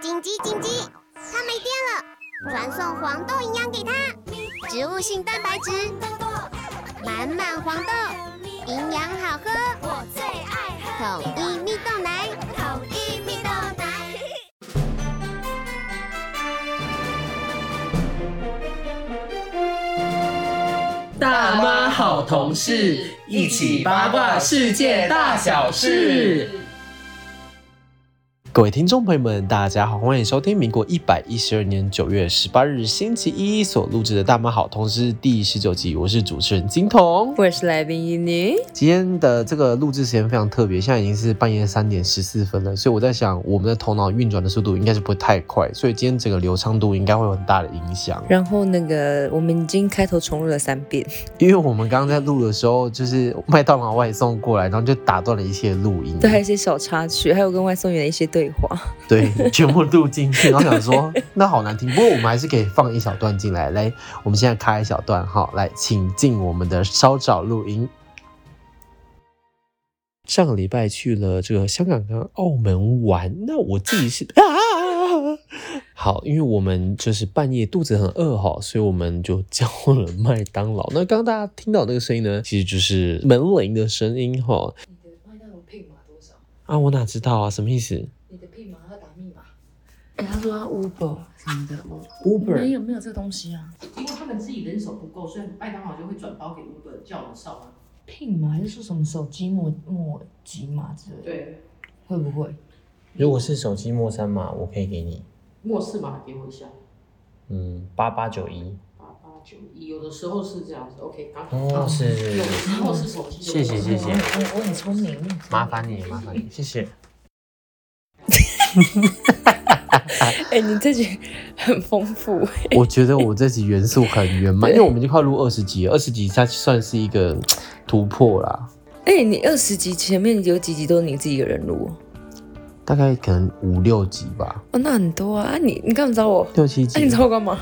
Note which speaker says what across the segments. Speaker 1: 紧急紧急！它没电了，传送黄豆营养给它，植物性蛋白质，满满黄豆，营养好喝，
Speaker 2: 我最爱
Speaker 1: 统一蜜豆奶。
Speaker 2: 喝统一蜜豆奶。
Speaker 3: 大妈好同事，一起八卦世界大小事。
Speaker 4: 各位听众朋友们，大家好，欢迎收听民国一百一十二年九月十八日星期一所录制的《大妈好同事》第十九集，我是主持人金童。
Speaker 5: 我是来宾一女，
Speaker 4: 今天的这个录制时间非常特别，现在已经是半夜三点十四分了，所以我在想，我们的头脑运转的速度应该是不会太快，所以今天整个流畅度应该会有很大的影响。
Speaker 5: 然后那个我们已经开头重录了三遍，
Speaker 4: 因为我们刚刚在录的时候，就是麦当劳外送过来，然后就打断了一切录音。
Speaker 5: 对，还有一些小插曲，还有跟外送员的一些对话。
Speaker 4: 对，全部录进去，然后想说那好难听，不过我们还是可以放一小段进来。来，我们现在开一小段哈，来，请进我们的稍早录音。上个礼拜去了这个香港跟澳门玩，那我自己是啊，好，因为我们就是半夜肚子很饿哈，所以我们就叫了麦当劳。那刚刚大家听到那个声音呢，其实就是门铃的声音哈。
Speaker 6: 麦当劳配码多少？
Speaker 4: 啊，我哪知道啊，什么意思
Speaker 6: 你的配码要打密码。哎、他说他 Uber 什么的，
Speaker 4: ？Uber
Speaker 6: 哎没有没有这东西啊。
Speaker 7: 因为他们自己人手不够，所以麦当劳就会转包给 Uber 叫人上啊。
Speaker 6: 配码还是说什么手机末末几码之类的？，
Speaker 7: 对，
Speaker 6: 会不会？
Speaker 8: 如果是手机末三码，我可以给你，
Speaker 7: 末世码给我一下，
Speaker 8: 嗯，八八九一。
Speaker 7: 八八九一，有的时候是这样子。OK，刚
Speaker 8: 哦，是是
Speaker 7: 有的
Speaker 8: 是，
Speaker 7: 时候是手机。
Speaker 8: 谢谢谢谢
Speaker 6: 我我我很聪明。我很聪明
Speaker 8: 麻烦你麻烦你，谢谢。
Speaker 5: 哎、你这集很丰富，
Speaker 4: 我觉得我这集元素很圆 满，因为我们就快录二十集了，二十集它算是一个嘖突破啦，
Speaker 5: 哎、你二十集前面有几集都是你自己一个人录哦
Speaker 4: 大概可能五六集吧，
Speaker 5: 哦，那很多啊！啊你你干嘛找我？
Speaker 4: 六七
Speaker 5: 哎那、你
Speaker 4: 集。
Speaker 5: 找我干嘛？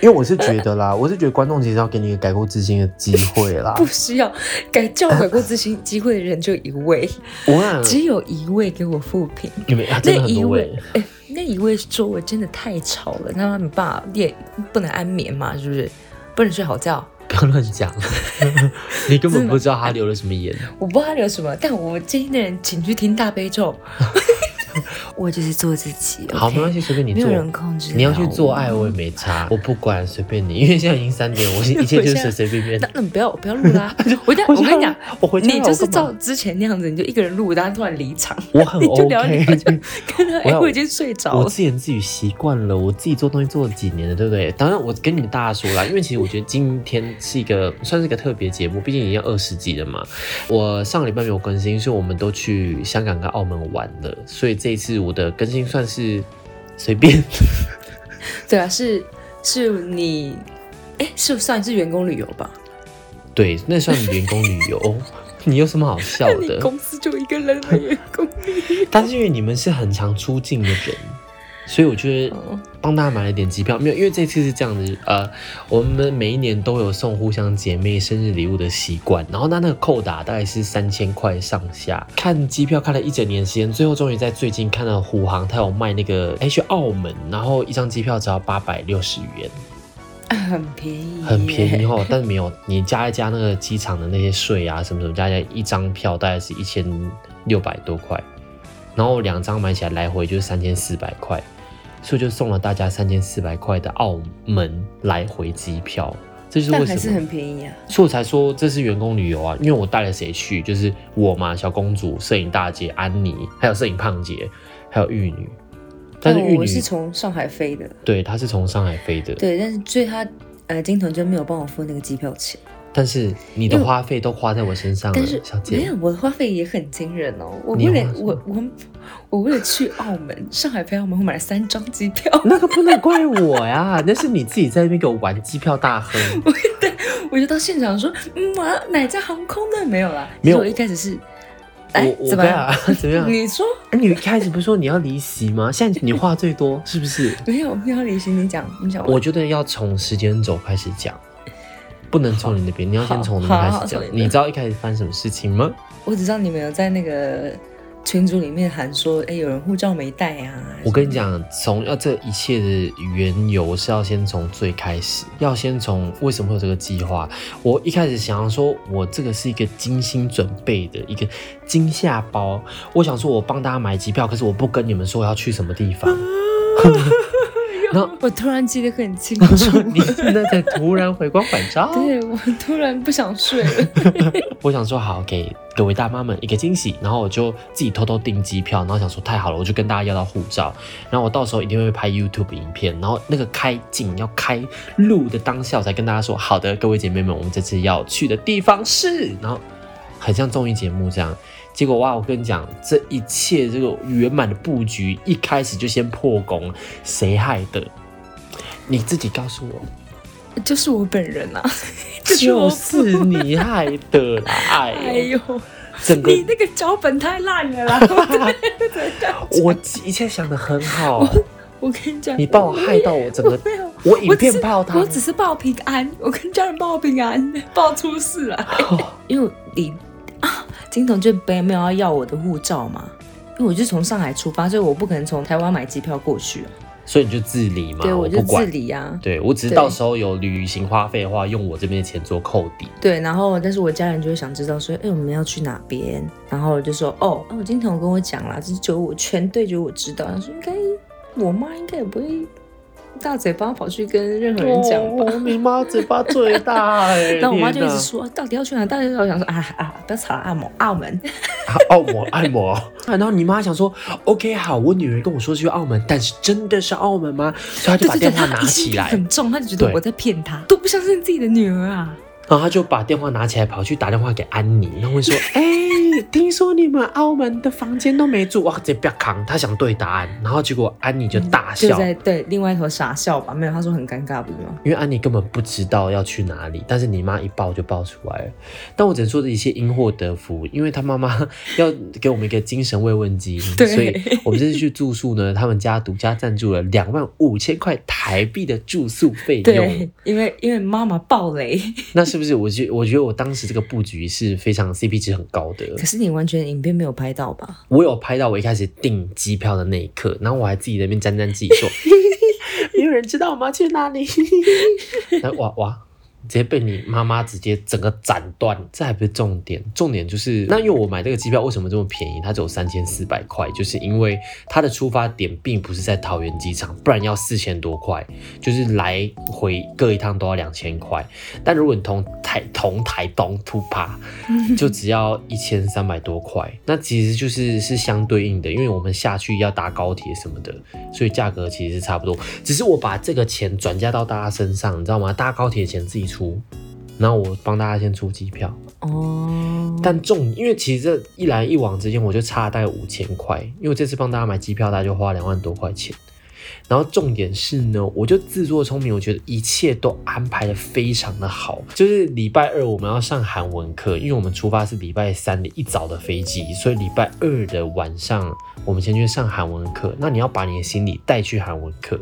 Speaker 4: 因为我是觉得 啦，我是觉得观众其实要给你一个改过自新的机会啦。
Speaker 5: 不需要改叫改过自新机会的人就一位，
Speaker 4: 我想
Speaker 5: 只有一位给我复评。
Speaker 4: 你们、啊、嗯真的很
Speaker 5: 一
Speaker 4: 多
Speaker 5: 位
Speaker 4: 位，，
Speaker 5: 哎、那一位说我真的太吵了，那他们爸也不能安眠嘛，是不是？不能睡好觉。
Speaker 4: 不要乱 讲，你根本不知道他流了什么言。
Speaker 5: 我不知道他留什么，但我建议的人请去听大悲 咒。我就是做自己
Speaker 4: 好，没关
Speaker 5: 系，
Speaker 4: 系，随便你
Speaker 5: 没
Speaker 4: 做
Speaker 5: 有。人控制。啊
Speaker 4: 你要去做爱，我也。没差，我不管，随便你。因为现在已经三点，我一切
Speaker 5: 我
Speaker 4: 就
Speaker 5: 现在
Speaker 4: 随随便便。
Speaker 5: 那那你不要不要录 啦、我跟我跟你讲，
Speaker 4: 我回家了
Speaker 5: 你就是
Speaker 4: 我干嘛
Speaker 5: 照之前那样子，你就一个人录，然后突然离场，
Speaker 4: 我 很
Speaker 5: 你就聊你
Speaker 4: OK，
Speaker 5: 好像跟他
Speaker 4: 我
Speaker 5: 哎，
Speaker 4: 要
Speaker 5: 我已经睡着
Speaker 4: 我
Speaker 5: 了。
Speaker 4: 自言自语习惯了，我自己做东西做了几年了，对不对？当然，我跟你们大家说啦，因为其实我觉得今天是一个算是一个特别节目，毕竟已经二十集了嘛。我上个礼拜没有更新，所以我们都去香港跟澳门玩了，所以这一次我的更新算是随便。
Speaker 5: 对啊，是是你，哎、是算是员工旅游吧？
Speaker 4: 对，那算员工旅游。 你有什么好笑
Speaker 5: 你
Speaker 4: 的？
Speaker 5: 公司就一个人的员工，
Speaker 4: 但是因为你们是很常出境的人，嗯所以我觉得
Speaker 5: 哦
Speaker 4: 帮大家买了点机票。没有，因为这次是这样子，呃，我们每一年都有送互相姐妹生日礼物的习惯，然后那那个扣打大概是三千块上下。看机票看了一整年时间，最后终于在最近看到虎航，它有卖那个哎去澳门，然后一张机票只要八百六十元，
Speaker 5: 很便宜，
Speaker 4: 很便宜。哦。但是没有，你加一加那个机场的那些税啊什么什么，加一加一张票大概是一千六百多块，然后两张买起来来回就是三千四百块，所以就送了大家三千四百块的澳门来回机票。这就 是
Speaker 5: 但
Speaker 4: 为
Speaker 5: 还是
Speaker 4: 什么
Speaker 5: 很，便宜啊。
Speaker 4: 所以我才说这是员工旅游啊，因为我带了谁去，就是我嘛，小公主、摄影大姐安妮，还有摄影胖姐，还有玉女。但是
Speaker 5: 哦
Speaker 4: 玉
Speaker 5: 我
Speaker 4: 女、
Speaker 5: 是从上海飞的，
Speaker 4: 对，她是从上海飞的，
Speaker 5: 对，但是所以他呃金童就没有帮我付那个机票钱，
Speaker 4: 但是你
Speaker 5: 因
Speaker 4: 的
Speaker 5: 为
Speaker 4: 花费都花在我身上了
Speaker 5: 但是，
Speaker 4: 小姐。
Speaker 5: 没有我的花费也很惊人哦，我
Speaker 4: 你
Speaker 5: 为了
Speaker 4: 花
Speaker 5: 我我我为了去澳门，上海飞澳门，我买了三张机票，
Speaker 4: 那个不能怪我呀， 那是你自己在那边给我玩机票大亨。
Speaker 5: 我就到现场说，嗯，我要哪家航空的没有啦，
Speaker 4: 没有
Speaker 5: 其实我一开始是，哎
Speaker 4: 我，我
Speaker 5: 怎么
Speaker 4: 对啊
Speaker 5: 样？，
Speaker 4: 怎么样？
Speaker 5: 你说
Speaker 4: 哎你一开始不是说你要离席吗？现在你话最多， 是不是？
Speaker 5: 没有没有，李行，你讲你讲完，
Speaker 4: 我觉得要从时间轴开始讲，不能从你那边，你要先从我那边
Speaker 5: 好
Speaker 4: 开
Speaker 5: 好
Speaker 4: 始
Speaker 5: 从
Speaker 4: 讲
Speaker 5: 你。那边
Speaker 4: 你知道一开始发生什么事情吗？
Speaker 5: 我只知道你们有在那个群组里面喊说，哎、有人护照没带啊。
Speaker 4: 我 跟你讲，从要这一切的缘由是要先从最开始，要先从为什么会有这个计划。我一开始想要说，我这个是一个精心准备的一个惊吓包，我想说我帮大家买机票，可是我不跟你们说我要去什 么地方。 然后
Speaker 5: 我突然记得很清楚，
Speaker 4: 你现在在突然回光返照，
Speaker 5: 对我突然不想睡 了。
Speaker 4: 我想说好，给各位大妈们一个惊喜，然后我就自己偷偷订机票，然后想说太好了，我就跟大家要到护照，然后我到时候一定会拍 YouTube 影片，然后那个开镜要开录的当下，我才跟大家说好的，各位姐妹们，我们这次要去的地方是，然后很像综艺节目这样。结果哇，我跟你讲，这一切这个圆满的布局一开始就先破功，谁害的？你自己告诉我，
Speaker 5: 就是我本人 啊，就是
Speaker 4: 就
Speaker 5: 我
Speaker 4: 是你害的啦！哎
Speaker 5: 哎呦，
Speaker 4: 啊整个
Speaker 5: 你那个脚本太烂了啦！ 我真的
Speaker 4: 我一切想的很 好，
Speaker 5: 我跟你讲，
Speaker 4: 你把我害 到我整个
Speaker 5: 我没有，
Speaker 4: 我影
Speaker 5: 我只
Speaker 4: 片
Speaker 5: 是
Speaker 4: 泡汤
Speaker 5: 我，只是报平安，我跟家人报平安， 报出事来，
Speaker 4: 哦
Speaker 5: 因为你啊，金童就没有要要我的护照嘛。因为我就从上海出发，所以我不可能从台湾买机票过去啊、
Speaker 4: 所以你就自理嘛，
Speaker 5: 对，我
Speaker 4: 不
Speaker 5: 就自
Speaker 4: 管。
Speaker 5: 理啊。
Speaker 4: 对我只是
Speaker 5: 对
Speaker 4: 到时候有旅行花费的话，用我这边的钱做扣抵。
Speaker 5: 对，然后但是我家人就会想知道说，哎、我们要去哪边？然后我就说，哦，哦，金童跟我讲啦，这是九五全队九五知道，他说应该我妈应该也不会大嘴巴跑去跟任何人讲吧。
Speaker 4: 哦你妈嘴巴最大 哎
Speaker 5: 然后我妈就一直
Speaker 4: 天
Speaker 5: 说，到底要去哪？到底要去哪我想说啊啊，不要吵了，澳门，澳门。
Speaker 4: 哪啊澳门，澳 门。啊然后你妈想说，OK，好，我女儿跟我说去澳门，但是真的是澳门吗？所以她就把电话
Speaker 5: 她
Speaker 4: 拿
Speaker 5: 疑心
Speaker 4: 起
Speaker 5: 病
Speaker 4: 来，
Speaker 5: 很重，她就觉得
Speaker 4: 对
Speaker 5: 我在骗她，都不相信自己的女儿啊。
Speaker 4: 然后他就把电话拿起来，跑去打电话给安妮，然 后问说：“哎、听说你们澳门的房间都没住，哇，啊这不要扛。”他想对答案，然后结果安妮就大
Speaker 5: 嗯就
Speaker 4: 笑，
Speaker 5: 在对另外一头傻笑吧，没有，她说很尴尬，不是吗？
Speaker 4: 因为安妮根本不知道要去哪里，但是你妈一爆就爆出来了。但我只能说这一切因祸得福，因为她妈妈要给我们一个精神慰问金，
Speaker 5: 对
Speaker 4: 所以我们这次去住宿呢，他们家独家赞助了两万五千块台币的住宿费用
Speaker 5: 对。，因为因为妈妈暴雷，
Speaker 4: 那是不是我觉我觉得我当时这个布局是非常 CP 值很高的？
Speaker 5: 可是你完全影片没有拍到吧？
Speaker 4: 我有拍到我一开始订机票的那一刻，然后我还自己在那边沾沾自喜说，没有人知道我们要去哪里。 然后哇哇，直接被你妈妈直接整个斩断，这还不是重点，重点就是那因为我买这个机票为什么这么便宜？它只有三千四百块，就是因为它的出发点并不是在桃园机场，不然要四千多块，就是来回各一趟都要两千块。但如果你从台同台东出发，就只要一千三百多块，那其实就是是相对应的，因为我们下去要搭高铁什么的，所以价格其实是差不多。只是我把这个钱转嫁到大家身上，你知道吗？搭高铁钱自己出，然后我帮大家先出机票。
Speaker 5: 哦，
Speaker 4: 但重，因为其实这一来一往之间，我就差大概五千块，因为我这次帮大家买机票，大概就花两万多块钱。然后重点是呢，我就自作聪明，我觉得一切都安排的非常的好。就是礼拜二我们要上韩文课，因为我们出发是礼拜三的一早的飞机，所以礼拜二的晚上我们先去上韩文课。那你要把你的行李带去韩文课，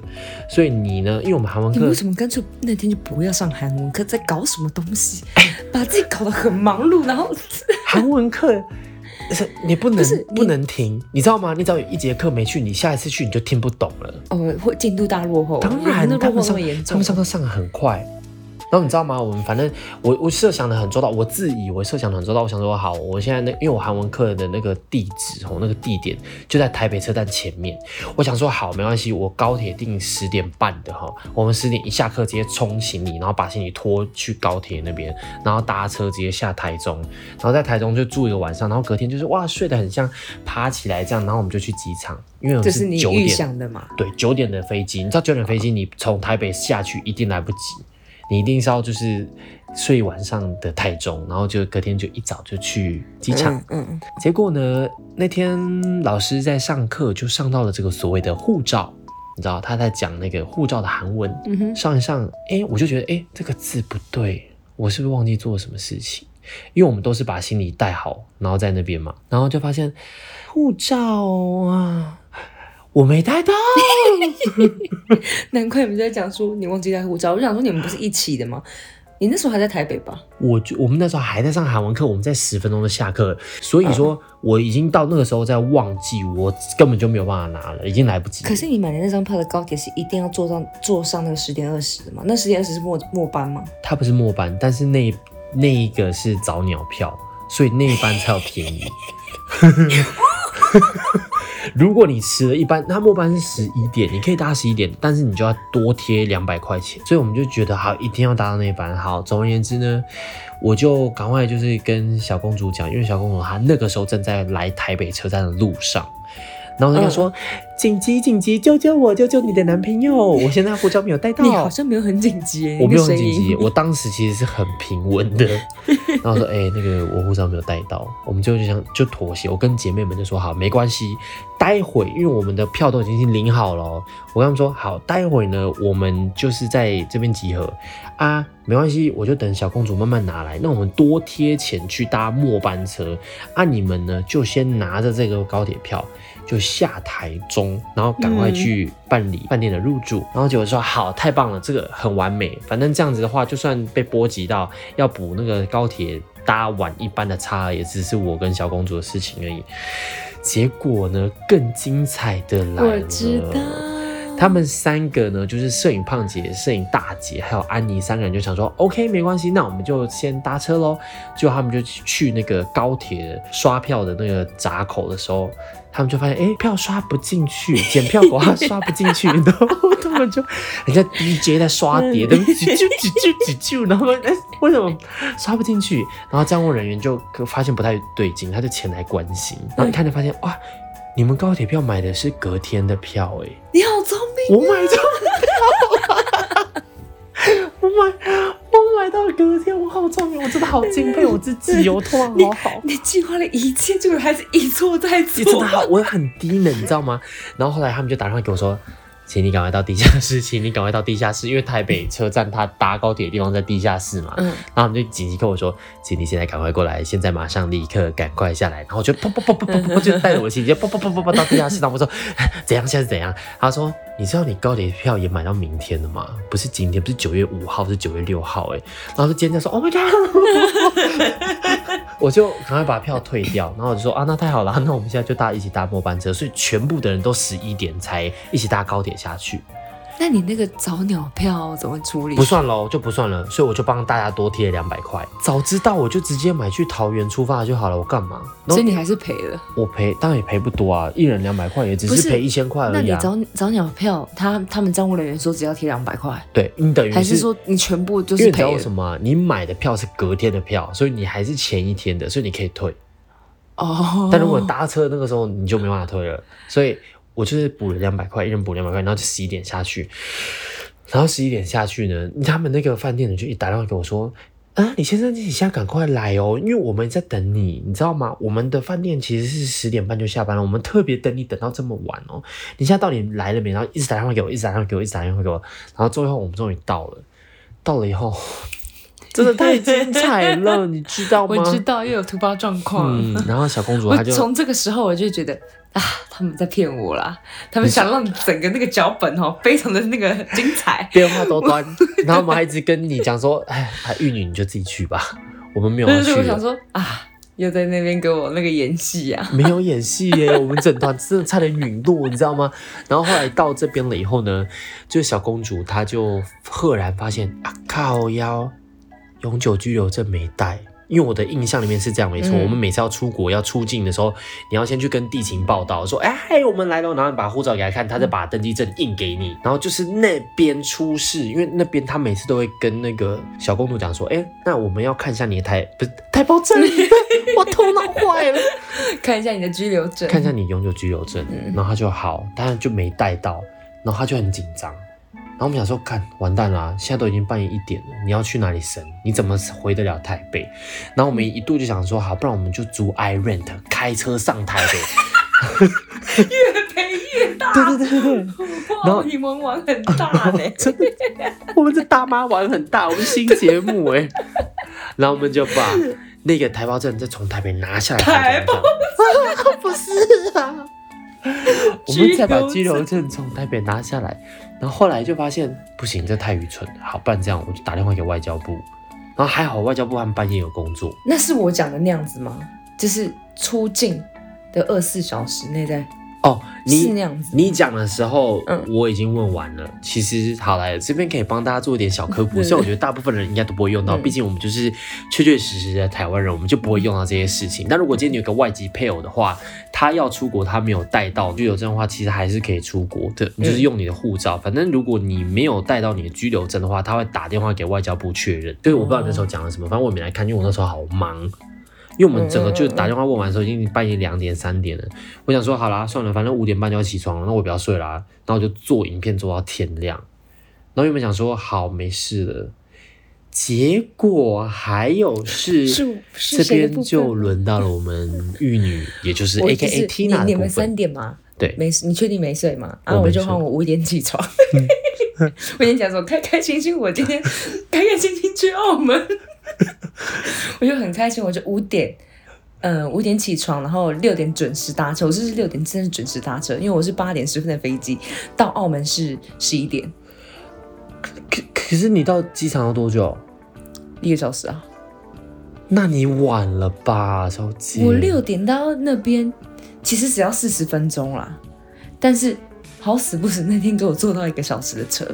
Speaker 4: 所以你呢，因为我们韩文
Speaker 5: 你
Speaker 4: 课
Speaker 5: 为什么干脆那天就不要上韩文课？在搞什么东 西？把自己搞得很忙碌，然后
Speaker 4: 韩文课是你不能
Speaker 5: 不是你
Speaker 4: 不能停，你知道吗？你只要有一节课没去，你下一次去你就听不懂了。
Speaker 5: 哦，会进度大落后，
Speaker 4: 当然，
Speaker 5: 那
Speaker 4: 他
Speaker 5: 落后那
Speaker 4: 们上
Speaker 5: 么严
Speaker 4: 他
Speaker 5: 重
Speaker 4: 们。上课上的很快。然后你知道吗？我们反正我我设想的很周到，我自以为设想的很周到。我想说好，我现在那因为我韩文课的那个地址哦，那个地点就在台北车站前面。我想说好，没关系，我高铁定十点半的哈，我们十点一下课直接冲行李，然后把行李拖去高铁那边，然后搭车直接下台中，然后在台中就住一个晚上，然后隔天就是哇睡得很像爬起来这样，然后我们就去机场，因为我
Speaker 5: 这是你
Speaker 4: 九
Speaker 5: 预
Speaker 4: 点
Speaker 5: 想的嘛？
Speaker 4: 对，九点的飞机，你知道九点飞机你从台北下去一定来不及，你一定是要就是睡一晚上的台中，然后就隔天就一早就去机场。
Speaker 5: 嗯，嗯
Speaker 4: 结果呢，那天老师在上课就上到了这个所谓的护照，你知道他在讲那个护照的韩文，
Speaker 5: 嗯哼，
Speaker 4: 上一上，哎，我就觉得哎这个字不对，我是不是忘记做了什么事情？因为我们都是把行李带好，然后在那边嘛，然后就发现护照啊，我没带到。
Speaker 5: 难怪你们在讲说你忘记带护照，我就想说你们不是一起的吗？
Speaker 9: 你那时候还在台北吧？
Speaker 4: 我就我们那时候还在上韩文课，我们在十分钟就下课了，所以说
Speaker 9: 嗯
Speaker 4: 我已经到那个时候在忘记，我根本就没有办法拿了，已经来不及了。
Speaker 9: 可是你买的那张票的高铁是一定要坐上坐上那个十点二十的嘛？那十点二十是末末班吗？
Speaker 4: 他不是末班，但是那那一个是早鸟票，所以那一班才有便宜。 如果你迟了一班，他末班是十一点，你可以搭十一点，但是你就要多贴两百块钱，所以我们就觉得好，一定要搭到那一班。好，总而言之呢，我就赶快就是跟小公主讲，因为小公主她那个时候正在来台北车站的路上，然后我就跟她
Speaker 9: 嗯
Speaker 4: 说：“紧急紧急，救救我，救救你的男朋友！我现在护照没有带到。”
Speaker 9: 你好像没有很紧急耶，
Speaker 4: 我
Speaker 9: 你
Speaker 4: 没
Speaker 9: 的
Speaker 4: 有
Speaker 9: 声
Speaker 4: 很紧
Speaker 9: 音
Speaker 4: 急，我当时其实是很平稳 的。然后说，哎、那个我护照没有带到，我们最后就想就妥协。我跟姐妹们就说，好，没关系，待会因为我们的票都已经领好了哦，我跟他们说，好，待会呢，我们就是在这边集合啊，没关系，我就等小公主慢慢拿来。那我们多贴钱去搭末班车啊，你们呢就先拿着这个高铁票，就下台中，然后赶快去办理饭店的入住。然后结果说好，太棒了，这个很完美。反正这样子的话，就算被波及到要补那个高铁搭晚一班的差额，也只是我跟小公主的事情而已。结果呢，更精彩的来了。
Speaker 9: 我知道。
Speaker 4: 他们三个呢，就是摄影胖姐、摄影大姐还有安妮三个人就想说，OK，没关系，那我们就先搭车喽。结果他们就去那个高铁刷票的那个闸口的时候，他们就发现，哎、票刷不进去，检票口它刷不进去，然后他们就人家 DJ 在刷碟灯，啾啾啾啾啾，然后他们哎为什么刷不进去？然后站务人员就发现不太对劲，他就前来关心，然后一看就发现，哇，你们高铁票买的是隔天的票、哎。
Speaker 9: 你好聪明，
Speaker 4: 我买到，我买我买到隔天，我好聪明，我真的好敬佩我自己哦，突然好好。
Speaker 9: 你计划了一切，结果还是一错再
Speaker 4: 你真
Speaker 9: 错
Speaker 4: 的。好，我很低能，你知道吗？然后后来他们就打电话给我说，请你赶快到地下室，请你赶快到地下室，因为台北车站它搭高铁的地方在地下室嘛。
Speaker 9: 嗯
Speaker 4: 然后他们就紧急跟我说，请你现在赶快过来，现在马上立刻赶快下来。然后我就砰砰砰砰砰砰，就带着我的行李，砰砰砰砰砰到地下室。然后我说 怎样，现在怎样？他说你知道你高铁票也买到明天了吗？不是今天，不是九月五号，是九月六号哎、然后就尖叫说 Oh my god！我 就赶快把票退掉，然后我就说啊，那太好了，那我们现在就搭一起搭末班车，所以全部的人都十一点才一起搭高铁下去。
Speaker 9: 那你那个早鸟票怎么处理？
Speaker 4: 不算喽，就不算了。所以我就帮大家多贴了两百块。早知道我就直接买去桃园出发就好了，我干嘛？
Speaker 9: 所
Speaker 4: 然
Speaker 9: 以
Speaker 4: 后
Speaker 9: 你还是赔了。
Speaker 4: 我赔，当然也赔不多啊，一人两百块，也只
Speaker 9: 不
Speaker 4: 是
Speaker 9: 是
Speaker 4: 赔一千块
Speaker 9: 那
Speaker 4: 而已
Speaker 9: 你
Speaker 4: 啊。
Speaker 9: 早早鸟票，他他们账务人员说只要贴两百块，
Speaker 4: 对，你等于
Speaker 9: 还是说你全部就
Speaker 4: 因为
Speaker 9: 是
Speaker 4: 你知道
Speaker 9: 赔
Speaker 4: 为什
Speaker 9: 了？
Speaker 4: 么啊、你买的票是隔天的票，所以你还是前一天的，所以你可以退。
Speaker 9: 哦，
Speaker 4: 但如果搭车那个时候你就没办法退了，所以我就是补了两百块，一人补两百块，然后就十一点下去，然后十一点下去呢，他们那个饭店的就一打电话给我说。啊，李先生，你现在赶快来哦，因为我们在等你，你知道吗？我们的饭店其实是十点半就下班了，我们特别等你等到这么晚哦。你现在到底来了没？然后一直打电话给我，一直打电话给我，一直打电话给我，然后最后我们终于到了，到了以 后，真的太精彩了，你知道吗？
Speaker 9: 我知道又有突发状况。
Speaker 4: 嗯， 然后小公主
Speaker 9: 我
Speaker 4: 她就。
Speaker 9: 从这个时候我就觉得啊，他们在骗我啦！他们想让整个那个脚本哦，非常的那个精彩
Speaker 4: 电话都 端，然后我们还一直跟你讲说，哎，啊玉女你就自己去吧，我们没有
Speaker 9: 对
Speaker 4: 要
Speaker 9: 对对，
Speaker 4: 去
Speaker 9: 我想
Speaker 4: 了，
Speaker 9: 说啊，又在那边给我那个演戏啊。
Speaker 4: 没有演戏耶，我们整团真的差点陨落，你知道吗？然后后来到这边了以后呢，就是小公主她就赫然发现啊靠腰，永久居留证没带。因为我的印象里面是这样，没错。
Speaker 9: 嗯
Speaker 4: 我们每次要出国要出境的时候，你要先去跟地勤报道，说：“哎、嗨，我们来了。”然后你把护照给他看，他再把登机证印给你。然后就是那边出示，因为那边他每次都会跟那个小公主讲说：“哎、那我们要看一下你的台不是台胞证， 我头脑坏了。”
Speaker 9: 看一下你的居留证，
Speaker 4: 看一下你永久居留证，
Speaker 9: 嗯
Speaker 4: 然后他就好，当然就没带到，然后他就很紧张。然后我们想说，看完蛋啦、现在都已经半夜一点了，你要去哪里生？你怎么回得了台北？然后我们一度就想说，好，不然我们就租 i rent 开车上台北。
Speaker 9: 越赔 越大。
Speaker 4: 对对对对对，
Speaker 9: 哇，
Speaker 4: 然后。
Speaker 9: 你们玩很大呢
Speaker 4: 真的，我们这大妈玩很大，我们新节目哎、然后我们就把那个台胞证再从台北拿下来。
Speaker 9: 台胞
Speaker 4: 证不是啊， 我们再把居
Speaker 9: 居留
Speaker 4: 留
Speaker 9: 证
Speaker 4: 证从台北拿下来，然后后来就发现不行，这太愚蠢了。好，不然这样，我就打电话给外交部，然后还好外交部他们半夜有工作，
Speaker 5: 那是我讲的那样子吗？就是出境的二十四小时内在
Speaker 4: 哦，你
Speaker 5: 是那样子
Speaker 4: 你讲的时候，
Speaker 5: 嗯
Speaker 4: 我已经问完了。其实好来这边可以帮大家做一点小科普，
Speaker 5: 对
Speaker 4: 虽然我觉得大部分人应该都不会用到，
Speaker 5: 嗯
Speaker 4: 毕竟我们就是确确实实的台湾人，我们就不会用到这些事情。但如果今天你有个外籍配偶的话，他要出国，他没有带到居留证的话，其实还是可以出国的，你就是用你的护照。反正如果你没有带到你的居留证的话，他会打电话给外交部确认。所以我不知道你那时候讲了什么，反正我也没来看，因为我那时候好忙。因为我们整个就打电话问完的时候，已经半夜两点三点了。我想说，好啦，算了，反正五点半就要起床了，那我不要睡啦。然后我就做影片做到天亮。然后原本想说，好，没事了。结果还有是，
Speaker 5: 是是
Speaker 4: 这
Speaker 5: 谁的
Speaker 4: 边
Speaker 5: 部分
Speaker 4: 就轮到了我们玉女，也就是
Speaker 5: 我
Speaker 4: A
Speaker 5: 哦就
Speaker 4: K
Speaker 5: 是
Speaker 4: A Tina
Speaker 5: 你
Speaker 4: 的
Speaker 5: 你
Speaker 4: 部
Speaker 5: 们三
Speaker 4: 分。
Speaker 5: 点嘛，
Speaker 4: 对
Speaker 5: 没你确定没睡吗？然后
Speaker 4: 我
Speaker 5: 我
Speaker 4: 没
Speaker 5: 就
Speaker 4: 睡嗯
Speaker 5: 换我五点起床，我跟你讲说开开心心，我今天开开心心去澳门， 我就很开心，我就五点。嗯，五点起床，然后六点准时搭车。我是六点真的是准时搭车，因为我是八点十分的飞机，到澳门是十一点，
Speaker 4: 可可是你到机场要多久？
Speaker 5: 一个小时啊。
Speaker 4: 那你晚了吧，小姐？
Speaker 5: 我六点到那边，其实只要四十分钟啦，但是好死不死那天给我坐到一个小时的车，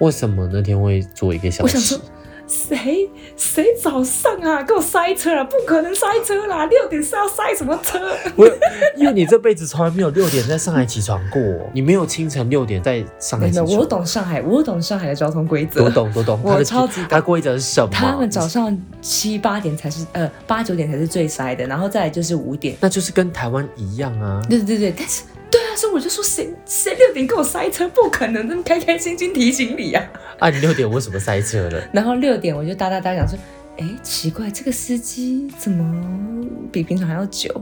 Speaker 4: 为什么那天会做一个小
Speaker 5: 我
Speaker 4: 时？
Speaker 5: 想说，谁谁早上啊给我塞车啊？不可能塞车啦！六点是要塞什么车？
Speaker 4: 我有
Speaker 10: 因为你这辈子从来没有六点在上海起床过。
Speaker 4: 你没有清晨六点在上海
Speaker 5: 没
Speaker 4: 起
Speaker 5: 有，
Speaker 4: 床？
Speaker 5: 我懂上海，我懂上海的交通规则。
Speaker 4: 都。懂都懂，
Speaker 5: 我
Speaker 4: 他的
Speaker 5: 超级懂
Speaker 4: 他规则是什么？
Speaker 5: 他们早上七八点才是，呃，八九点才是最塞的，然后再来就是五点。
Speaker 4: 那就是跟台湾一样啊。
Speaker 5: 对对对，但是对啊，所以我就说谁谁六点给我塞车，不可能，那么开开心心提醒你啊。
Speaker 4: 啊，你六点为什么塞车了？
Speaker 5: 然后六点我就哒哒哒想说，哎，奇怪，这个司机怎么比平常还要久？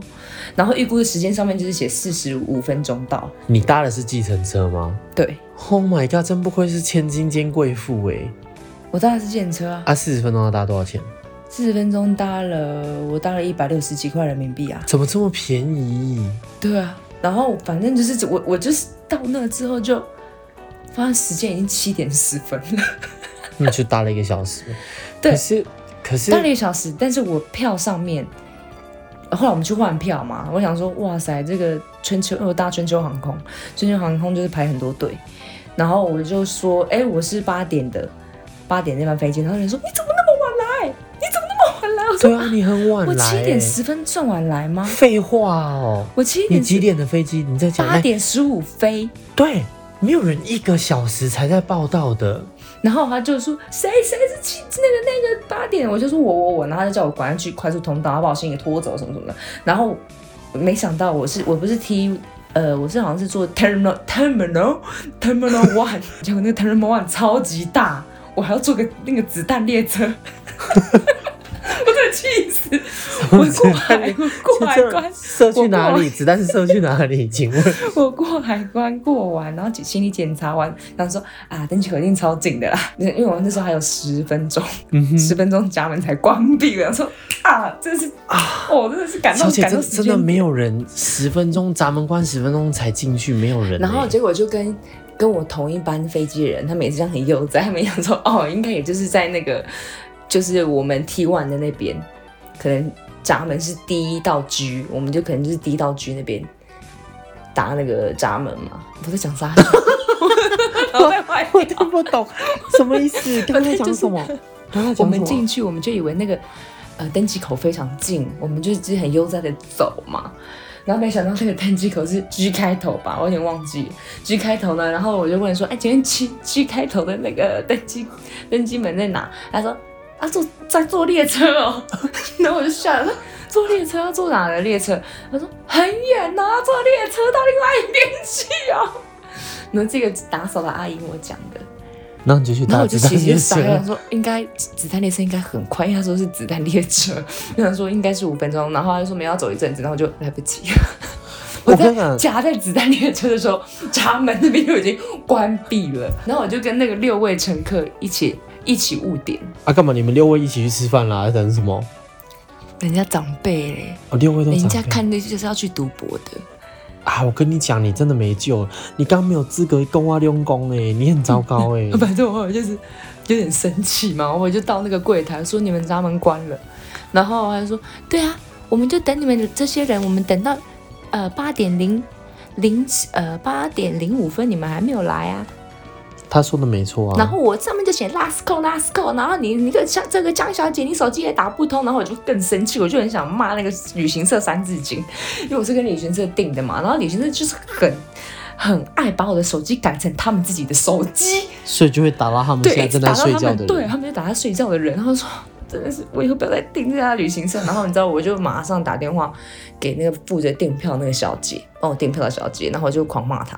Speaker 5: 然后预估的时间上面就是写四十五分钟到，
Speaker 4: 你搭的是计程车吗
Speaker 5: 对
Speaker 4: ？Oh my god，真不愧是千金兼贵妇哎、
Speaker 5: 我搭的是电车啊，
Speaker 4: 啊，四十分钟要搭多少钱？
Speaker 5: 四十分钟搭了，我搭了一百六十几块人民币啊，
Speaker 4: 怎么这么便宜？
Speaker 5: 对啊，然后反正就是我我就是到那之后就发现时间已经七点十分了，
Speaker 4: 那就搭了一个小时。
Speaker 5: 对
Speaker 4: 可是可是
Speaker 5: 搭了一个小时，但是我票上面。后来我们去换票嘛，我想说，哇塞，这个全球我搭全球航空，全球航空就是排很多队，然后我就说，哎、我是八点的，八点那班飞机，然后人说，你怎么那么晚来？你怎么那么晚来？我说
Speaker 4: 对啊，你很晚
Speaker 5: 我
Speaker 4: 来、欸。
Speaker 5: 七点十分算晚来吗？
Speaker 4: 废话哦，
Speaker 5: 我七
Speaker 4: 你
Speaker 5: 点
Speaker 4: 几？点的飞机？你在讲
Speaker 5: 八？点十五飞，
Speaker 4: 那对，没有人一个小时才在报 道的。
Speaker 5: 然后他就说谁谁是七那个那个八点，我就说我我我，然后他就叫我赶快去快速通道，他把我行李给拖走什么什么的。然后没想到我是我不是 T 呃我是好像是坐 terminal terminal terminal one，结果那个 terminal one 超级大，我还要坐个那个子弹列车。我真的气死！我过海，我过海关，
Speaker 4: 射去哪
Speaker 5: 我过
Speaker 4: 里？子弹是射去哪里？请问？
Speaker 5: 我过海关过完，然后行李检查完，然后说啊，登机口一定超紧的啦， 因为我那时候还有十分钟，
Speaker 4: 嗯
Speaker 5: 十、分钟闸门才关闭了，然后说啊，真的是啊，我、真的是感
Speaker 4: 小
Speaker 5: 动
Speaker 4: 姐
Speaker 5: 感
Speaker 4: 真
Speaker 5: 动
Speaker 4: 真的没
Speaker 5: 有。
Speaker 4: 有人，十分钟闸门关十分钟才进去，没有人欸、
Speaker 5: 然后结果就跟跟我同一班飞机人，他们也是这样很悠哉，他们想说哦，应该也就是在那个就是我们 T one 的那边，可能闸门是 D 到 G，我们就可能就是 D 到 G 那边打那个闸门嘛。我在讲啥？脑袋坏
Speaker 4: 我听不懂什么 意思，刚才讲什么？刚才讲什
Speaker 5: 我
Speaker 4: 么
Speaker 5: 们进去，我们就以为那个呃登机口非常近，我们就只是很悠哉的走嘛。然后没想到那个登机口是 G 开头吧，我有点忘记 G 开头呢。然后我就问说：“哎，请问 G G 开头的那个登机登机门在哪？”他说：“啊，坐在坐列车哦。” 然后我就吓了，说：“坐列车要坐哪的列车？”他说：“很远呐、坐列车到另外一边去哦。”然后这个打扫的阿姨跟我讲的。
Speaker 4: 然后你就去
Speaker 5: 然后
Speaker 4: 搭
Speaker 5: 我就
Speaker 4: 子弹
Speaker 5: 其实
Speaker 4: 列
Speaker 5: 就傻了，
Speaker 4: 车
Speaker 5: 想，说应该子弹列车应该很快，因为他说是子弹列车， 我想说应该是五分钟，然后他就说没有要走一阵子，然后我就来不及。
Speaker 4: 我
Speaker 5: 我
Speaker 4: 跟
Speaker 5: 在
Speaker 4: 你讲
Speaker 5: 夹在子弹列车的时候，闸门那边就已经关闭了，然后我就跟那个六位乘客一起一起误点，
Speaker 4: 啊，干嘛？你们六位一起去吃饭啦？在等什么？
Speaker 5: 人家长辈嘞，
Speaker 4: 哦，六位都
Speaker 5: 人家
Speaker 4: 长辈
Speaker 5: 看那就是要去赌博的，
Speaker 4: 啊，我跟你讲，你真的没救了，你刚没有资格跟我用功哎，你很糟 糕哎。
Speaker 5: 反正我后来就是有点生气嘛，我就到那个柜台说你们闸门关了，然后他就说对啊，我们就等你们这些人，我们等到呃八点零零呃八点零五分你们还没有来啊，
Speaker 4: 他说的没错啊。
Speaker 5: 然后我上面就写 last call last call，然后你你这个江这个江小姐，你手机也打不通，然后我就更生气，我就很想骂那个旅行社三字经，因为我是跟旅行社订的嘛，然后旅行社就是很很爱把我的手机改成他们自己的手机，
Speaker 4: 所以就会打到他们
Speaker 5: 对，
Speaker 4: 现在
Speaker 5: 一直
Speaker 4: 正
Speaker 5: 打
Speaker 4: 在
Speaker 5: 到
Speaker 4: 睡
Speaker 5: 他
Speaker 4: 觉
Speaker 5: 们，
Speaker 4: 的
Speaker 5: 对
Speaker 4: 人。
Speaker 5: 他们就打到睡觉的人，然后说真的是我以后不要再订这家旅行社，然后你知道我就马上打电话给那个负责订票那个小姐，帮我订票的小姐，然后我就狂骂她。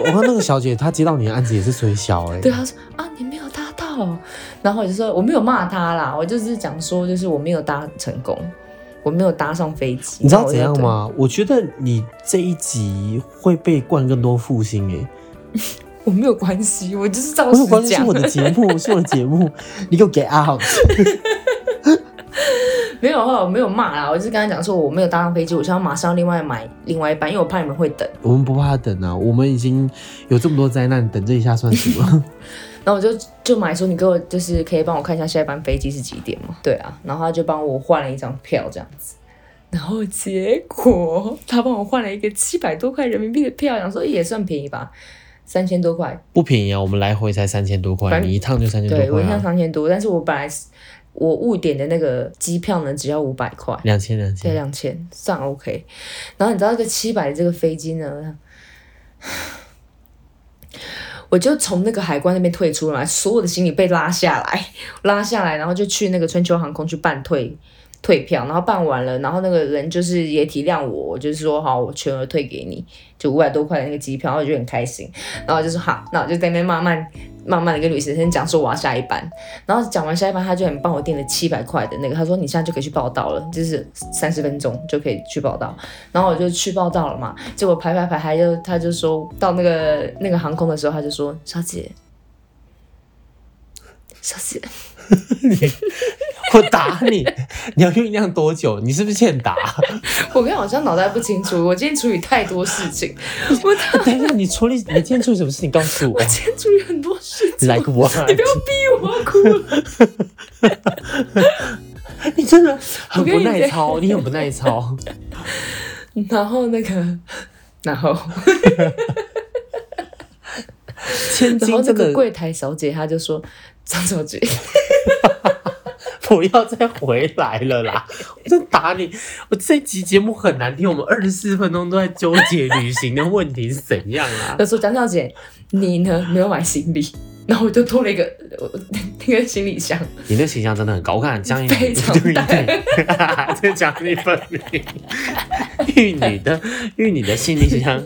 Speaker 4: 我看那个小姐，她接到你的案子也是水小哎、
Speaker 5: 对，他说啊，你没有搭到哦，然后我就说我没有骂他啦，我就是讲说就是我没有搭成功，我没有搭上飞机。
Speaker 4: 你知
Speaker 5: 然后
Speaker 4: 道
Speaker 5: 我
Speaker 4: 怎
Speaker 5: 就
Speaker 4: 样？吗？我觉得你这一集会被灌更多负心哎、
Speaker 5: 对我没有关系，我就是照
Speaker 4: 我有关
Speaker 5: 实
Speaker 4: 系是
Speaker 5: 讲
Speaker 4: 我。的节目，是我的节目，你给我 get out。
Speaker 5: 没有，后来我没有骂啦，我就是跟他讲说我没有搭上飞机，我现在马上另外买另外一班，因为我怕你们会等。
Speaker 4: 我们不怕等啊，我们已经有这么多灾难，等这一下算什么？
Speaker 5: 然后我就就买说你给我就是可以帮我看一下下一班飞机是几点吗？对啊，然后他就帮我换了一张票这样子。然后结果 他帮我换了一个七百多块人民币的票，想说也算便宜吧，三千多块。
Speaker 4: 不便宜啊，我们来回才三千多块，
Speaker 5: 反正
Speaker 4: 你一趟就三千
Speaker 5: 对，
Speaker 4: 多
Speaker 5: 我
Speaker 4: 块
Speaker 5: 印象
Speaker 4: 啊，
Speaker 5: 三千多，但是我本来是我误点的那个机票呢，只要五百块，
Speaker 4: 两千两
Speaker 5: 对，
Speaker 4: 千。
Speaker 5: 两千算 OK。然后你知道这个七百这个飞机呢， 我就从那个海关那边退出来，所有的行李被拉下来， 拉下来，然后就去那个春秋航空去办退退票，然后办完了，然后那个人就是也体谅我，我就是说好，我全额退给你，就五百多块的那个机票，然后我就很开心，然后我就说好，那我就在那边慢慢慢慢的跟旅行社讲说我要下一班，然后讲完下一班，他就很帮我订了七百块的那个，他说你现在就可以去报道了，就是三十分钟就可以去报道。然后我就去报道了嘛，结果排排排，他就他就说到那个那个航空的时候，他就说小姐，小姐，
Speaker 4: 我打你，你要酝酿多久？你是不是欠打？
Speaker 5: 我跟你讲，我现在脑袋不清楚，我今天处理太多事情，我
Speaker 4: 等一下，你处理你今天做什么事情？告诉 我
Speaker 5: 我今天处理很多事情，
Speaker 4: ，like what？
Speaker 5: 你不要逼我哭了。
Speaker 4: 你真的很
Speaker 5: 我跟
Speaker 4: 不
Speaker 5: 你
Speaker 4: 耐
Speaker 5: 讲
Speaker 4: 操，你很不耐操。
Speaker 5: 然后那个，然后。
Speaker 4: 千
Speaker 5: 然后
Speaker 4: 金
Speaker 5: 那
Speaker 4: 真
Speaker 5: 个
Speaker 4: 的
Speaker 5: 柜台小姐她就说：“张小姐，
Speaker 4: 不要再回来了啦！我真打你！我这一集节目很难听，我们二十四分钟都在纠结旅行的问题是怎样啊？
Speaker 5: 她说张小姐，你呢没有买行李？”然后我就拖了一个我那个行李箱，
Speaker 4: 你那形象真的很高，我看江一
Speaker 5: 非常
Speaker 4: 对对，这讲你本名，玉女的玉女的心理形象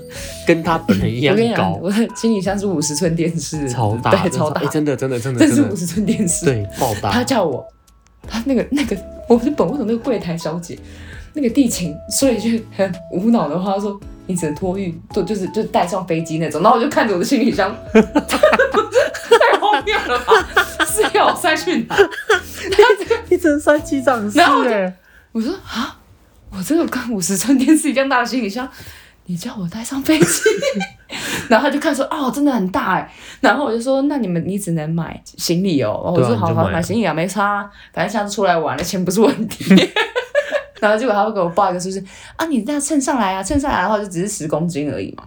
Speaker 4: 跟她本人
Speaker 5: 我
Speaker 4: 一样
Speaker 5: 跟你讲，
Speaker 4: 高，
Speaker 5: 我的行李箱是五十寸电视，
Speaker 4: 超大，
Speaker 5: 对，
Speaker 4: 真的
Speaker 5: 超大，
Speaker 4: 欸真的真的真的
Speaker 5: 这是
Speaker 4: 真
Speaker 5: 五
Speaker 4: 的，
Speaker 5: 十寸电视。，
Speaker 4: 对，爆
Speaker 5: 她
Speaker 4: 大，
Speaker 5: 叫我，她那个那个，我是本务组那个柜台小姐，那个地勤说了一句很无脑的话，她说你只能托运，就就是就带上飞机那种。然后我就看着我的行李箱， 太荒谬了吧？是要我塞去哪？
Speaker 4: 你只能算记账哎是
Speaker 5: 然后我就我说啊，我这个跟五十寸电视一样大的行李箱，你叫我带上飞机？ 然后他就看说哦，真的很大哎。然后我就说那你们你只能买行李哦。我
Speaker 4: 对啊
Speaker 5: 说
Speaker 4: 你
Speaker 5: 好
Speaker 4: 就
Speaker 5: 好
Speaker 4: 买
Speaker 5: 买行李啊，没差啊，反正下次出来玩了钱不是问题。 然后结果他会给我报一个数字啊，你这样称上来啊，称上来的话就只是十公斤而已嘛。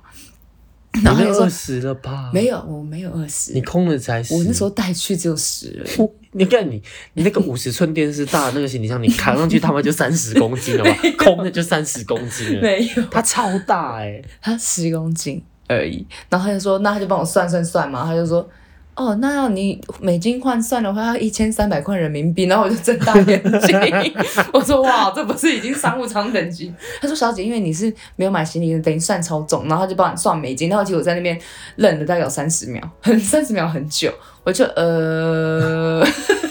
Speaker 4: 你
Speaker 5: 然后他
Speaker 4: 那
Speaker 5: 就
Speaker 4: 二
Speaker 5: 说
Speaker 4: 十了吧？
Speaker 5: 没，有，我没有二十
Speaker 4: 你，空了才十。
Speaker 5: 我那时候带去只有十而已。
Speaker 4: 我 你看你，你那个五十寸电视大的那个行李箱，你扛上去他妈就三十公斤了 吧？空的就三十公斤了，
Speaker 5: 没有，
Speaker 4: 它超大哎、
Speaker 5: 他十公斤而已。然后他就说，那他就帮我算算算嘛，他就说。哦，那要你美金换算的话，要一千三百块人民币，然后我就睁大眼睛， 我说哇，这不是已经商务舱等级？他说小姐，因为你是没有买行李的，等于算超重，然后他就帮你算美金，然后结果我在那边愣了大概有三十秒，很三十秒很久，我就呃，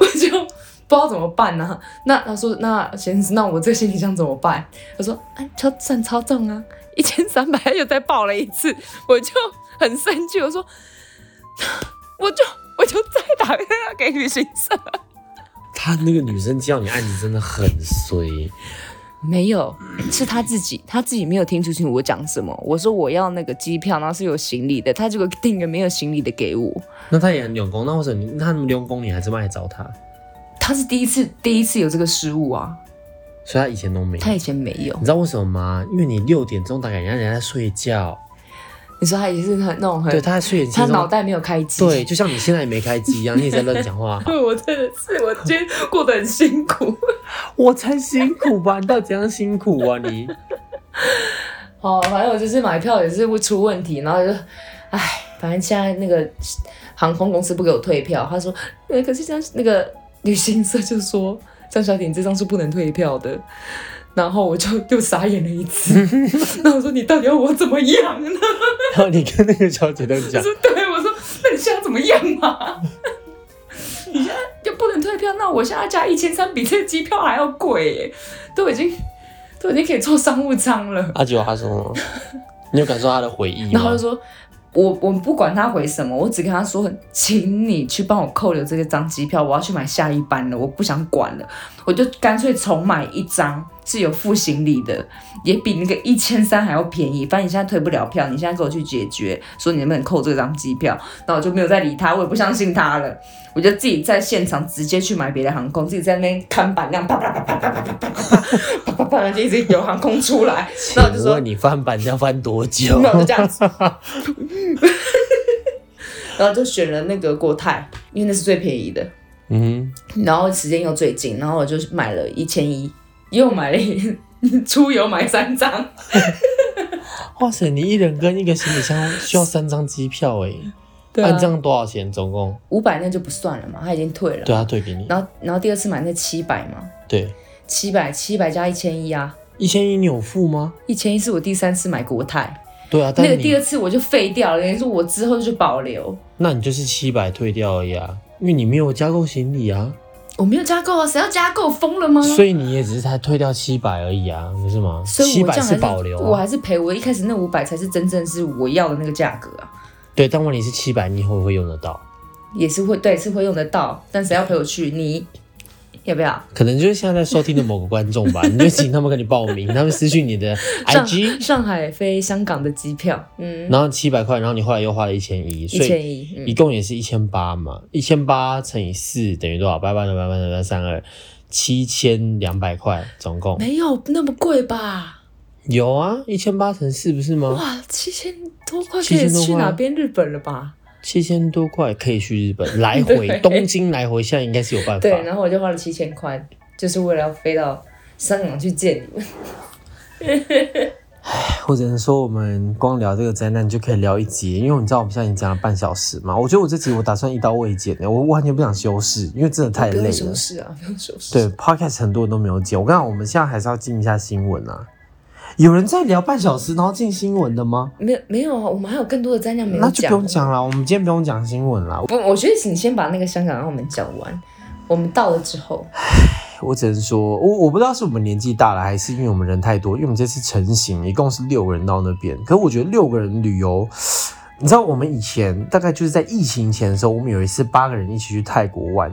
Speaker 5: 我就不知道怎么办呢、那他说，那先生，那我这个行李箱怎么办？他说，啊，超算超重啊，一千三百，又再报了一次， 我就很生气，我说， 我就我就再打电话给旅行社，
Speaker 4: 他那个女生叫你案子真的很衰，
Speaker 5: 没有，是他自己，他自己没有听出去我讲什么。我说我要那个机票，然后是有行李的，他结果订一个没有行李的给我。
Speaker 4: 那他也很用功，那为什么你那他那么用功，你还这么爱找他？
Speaker 5: 他是第一次，第一次有这个失误啊，
Speaker 4: 所以他以前都没有。
Speaker 5: 他以前没有
Speaker 4: 你。知道为什么吗？因为你六点钟打给人家，人家在睡觉，
Speaker 5: 你说他也是很那种很，
Speaker 4: 对，他在睡眼
Speaker 5: 他
Speaker 4: 惺
Speaker 5: 脑
Speaker 4: 忪。
Speaker 5: 袋没有开机。
Speaker 4: 对，，就像你现在也没开机一样，你也在乱讲话。
Speaker 5: 对我真的是，我今天过得很辛苦。
Speaker 4: 我才辛苦吧？你到底怎样辛苦啊 你？
Speaker 5: 哦，反正我就是买票也是会出问题，然后就，唉，反正现在那个航空公司不给我退票，他说，呃，可是这样那个旅行社就说，张小姐你这张是不能退票的，然后我就又傻眼了一次，然后我说你到底要我怎么样呢？
Speaker 4: 然后你跟那个小姐都
Speaker 5: 我
Speaker 4: 讲，
Speaker 5: 说对，我说那你现在怎么样嘛？你现在就不能退票，那我现在加一千三，比这机票还要贵耶，都已经都已经可以坐商务舱了。
Speaker 4: 阿九他说什 么，你有感受到他的回忆
Speaker 5: 然后
Speaker 4: 吗
Speaker 5: 就？说，我我不管他回什么，我只跟他说，请你去帮我扣留这个张机票，我要去买下一班了，我不想管了，我就干脆重买一张是有附行李的，也比那个一千三还要便宜。反正你现在退不了票，你现在给我去解决，说你能不能扣这张机票？那我就没有再理他，我也不相信他了，我就自己在现场直接去买别的航空，自己在那边看板那样啪啪啪啪啪啪啪啪啪啪啪啪，就一直有航空出来，
Speaker 4: 请
Speaker 5: 然后我就说
Speaker 4: 问你翻版要翻多久
Speaker 5: 没？有，就这样子。然后就选了那个国泰，因为那是最便宜的，
Speaker 4: 嗯，
Speaker 5: 然后时间又最近，然后我就买了一千一，又买了一出游买三张，
Speaker 4: 哇塞，你一人跟一个行李箱需要三张机票哎，
Speaker 5: 对啊
Speaker 4: 按这样多少钱总共？
Speaker 5: 五百那就不算了嘛，他已经退了。
Speaker 4: 对啊，退给你，
Speaker 5: 然后然后第二次买那七百嘛，
Speaker 4: 对，
Speaker 5: 七百七百加一千一啊，
Speaker 4: 一千一你有付吗？
Speaker 5: 一千一是我第三次买国泰，
Speaker 4: 对啊，但
Speaker 5: 那
Speaker 4: 是
Speaker 5: 个
Speaker 4: 你
Speaker 5: 第二次我就废掉了，等于说我之后就保留，
Speaker 4: 那你就是七百退掉而已啊，因为你没有加购行李啊，
Speaker 5: 我没有加购啊，谁要加购疯了吗？
Speaker 4: 所以你也只是才退掉七百而已啊，不是吗？
Speaker 5: 嗯所以
Speaker 4: 七
Speaker 5: 我这
Speaker 4: 百
Speaker 5: 样
Speaker 4: 是
Speaker 5: 还
Speaker 4: 保留、
Speaker 5: 我
Speaker 4: 啊，
Speaker 5: 还是赔。我一开始那五百才是真正是我要的那个价格啊，
Speaker 4: 对，但问题是七百你以后会不会用得到？
Speaker 5: 也是会对是会用得到，但谁要陪我去？你要不要？
Speaker 4: 可能就是现在在收听的某个观众 吧，你就请他们跟你报名，他们私讯你的
Speaker 5: 上
Speaker 4: IG，
Speaker 5: 上海飞香港的机票，嗯，
Speaker 4: 然后七百块，然后你后来又花了一千一，
Speaker 5: 一
Speaker 4: 所
Speaker 5: 千
Speaker 4: 以
Speaker 5: 一，
Speaker 4: 一
Speaker 5: 嗯，
Speaker 4: 共也是一千八嘛，一千八乘以四等于多少？八八九八八九八三二，七千两百块总共。
Speaker 5: 没有那么贵吧？
Speaker 4: 有啊，一千八乘四不是吗？
Speaker 5: 哇，七千多块可以
Speaker 4: 7000多块
Speaker 5: 去哪边？日本了吧？
Speaker 4: 七千多块可以去 日本来回，
Speaker 5: 对
Speaker 4: 东京来回现在应该是有办法
Speaker 5: 对。，然后我就花了七千块，就是为了要飞到香港去见你们。
Speaker 4: 我只能说，我们光聊这个灾难就可以聊一集，因为你知道我们现在已经讲了半小时嘛。我觉得我这集我打算一刀未剪的，我完全不想修饰，因为真的太
Speaker 5: 不
Speaker 4: 累
Speaker 5: 用收
Speaker 4: 了。
Speaker 5: 拾啊，不用收拾。
Speaker 4: 对，，podcast 很多人都没有剪，我跟你讲，我们现在还是要进一下新闻啊。有人在聊半小时，然后进新闻的吗？
Speaker 5: 没有没有啊，我们还有更多的灾难没有
Speaker 4: 那就不用
Speaker 5: 了
Speaker 4: 讲了，我们今天不用讲新闻啦。
Speaker 5: 不，我觉得你先把那个香港让我们讲完，我们到了之后，
Speaker 4: 我只能说，我我不知道是我们年纪大了，还是因为我们人太多。因为我们这次成型一共是六个人到那边，可是我觉得六个人旅游，你知道我们以前大概就是在疫情前的时候，我们有一次八个人一起去泰国玩，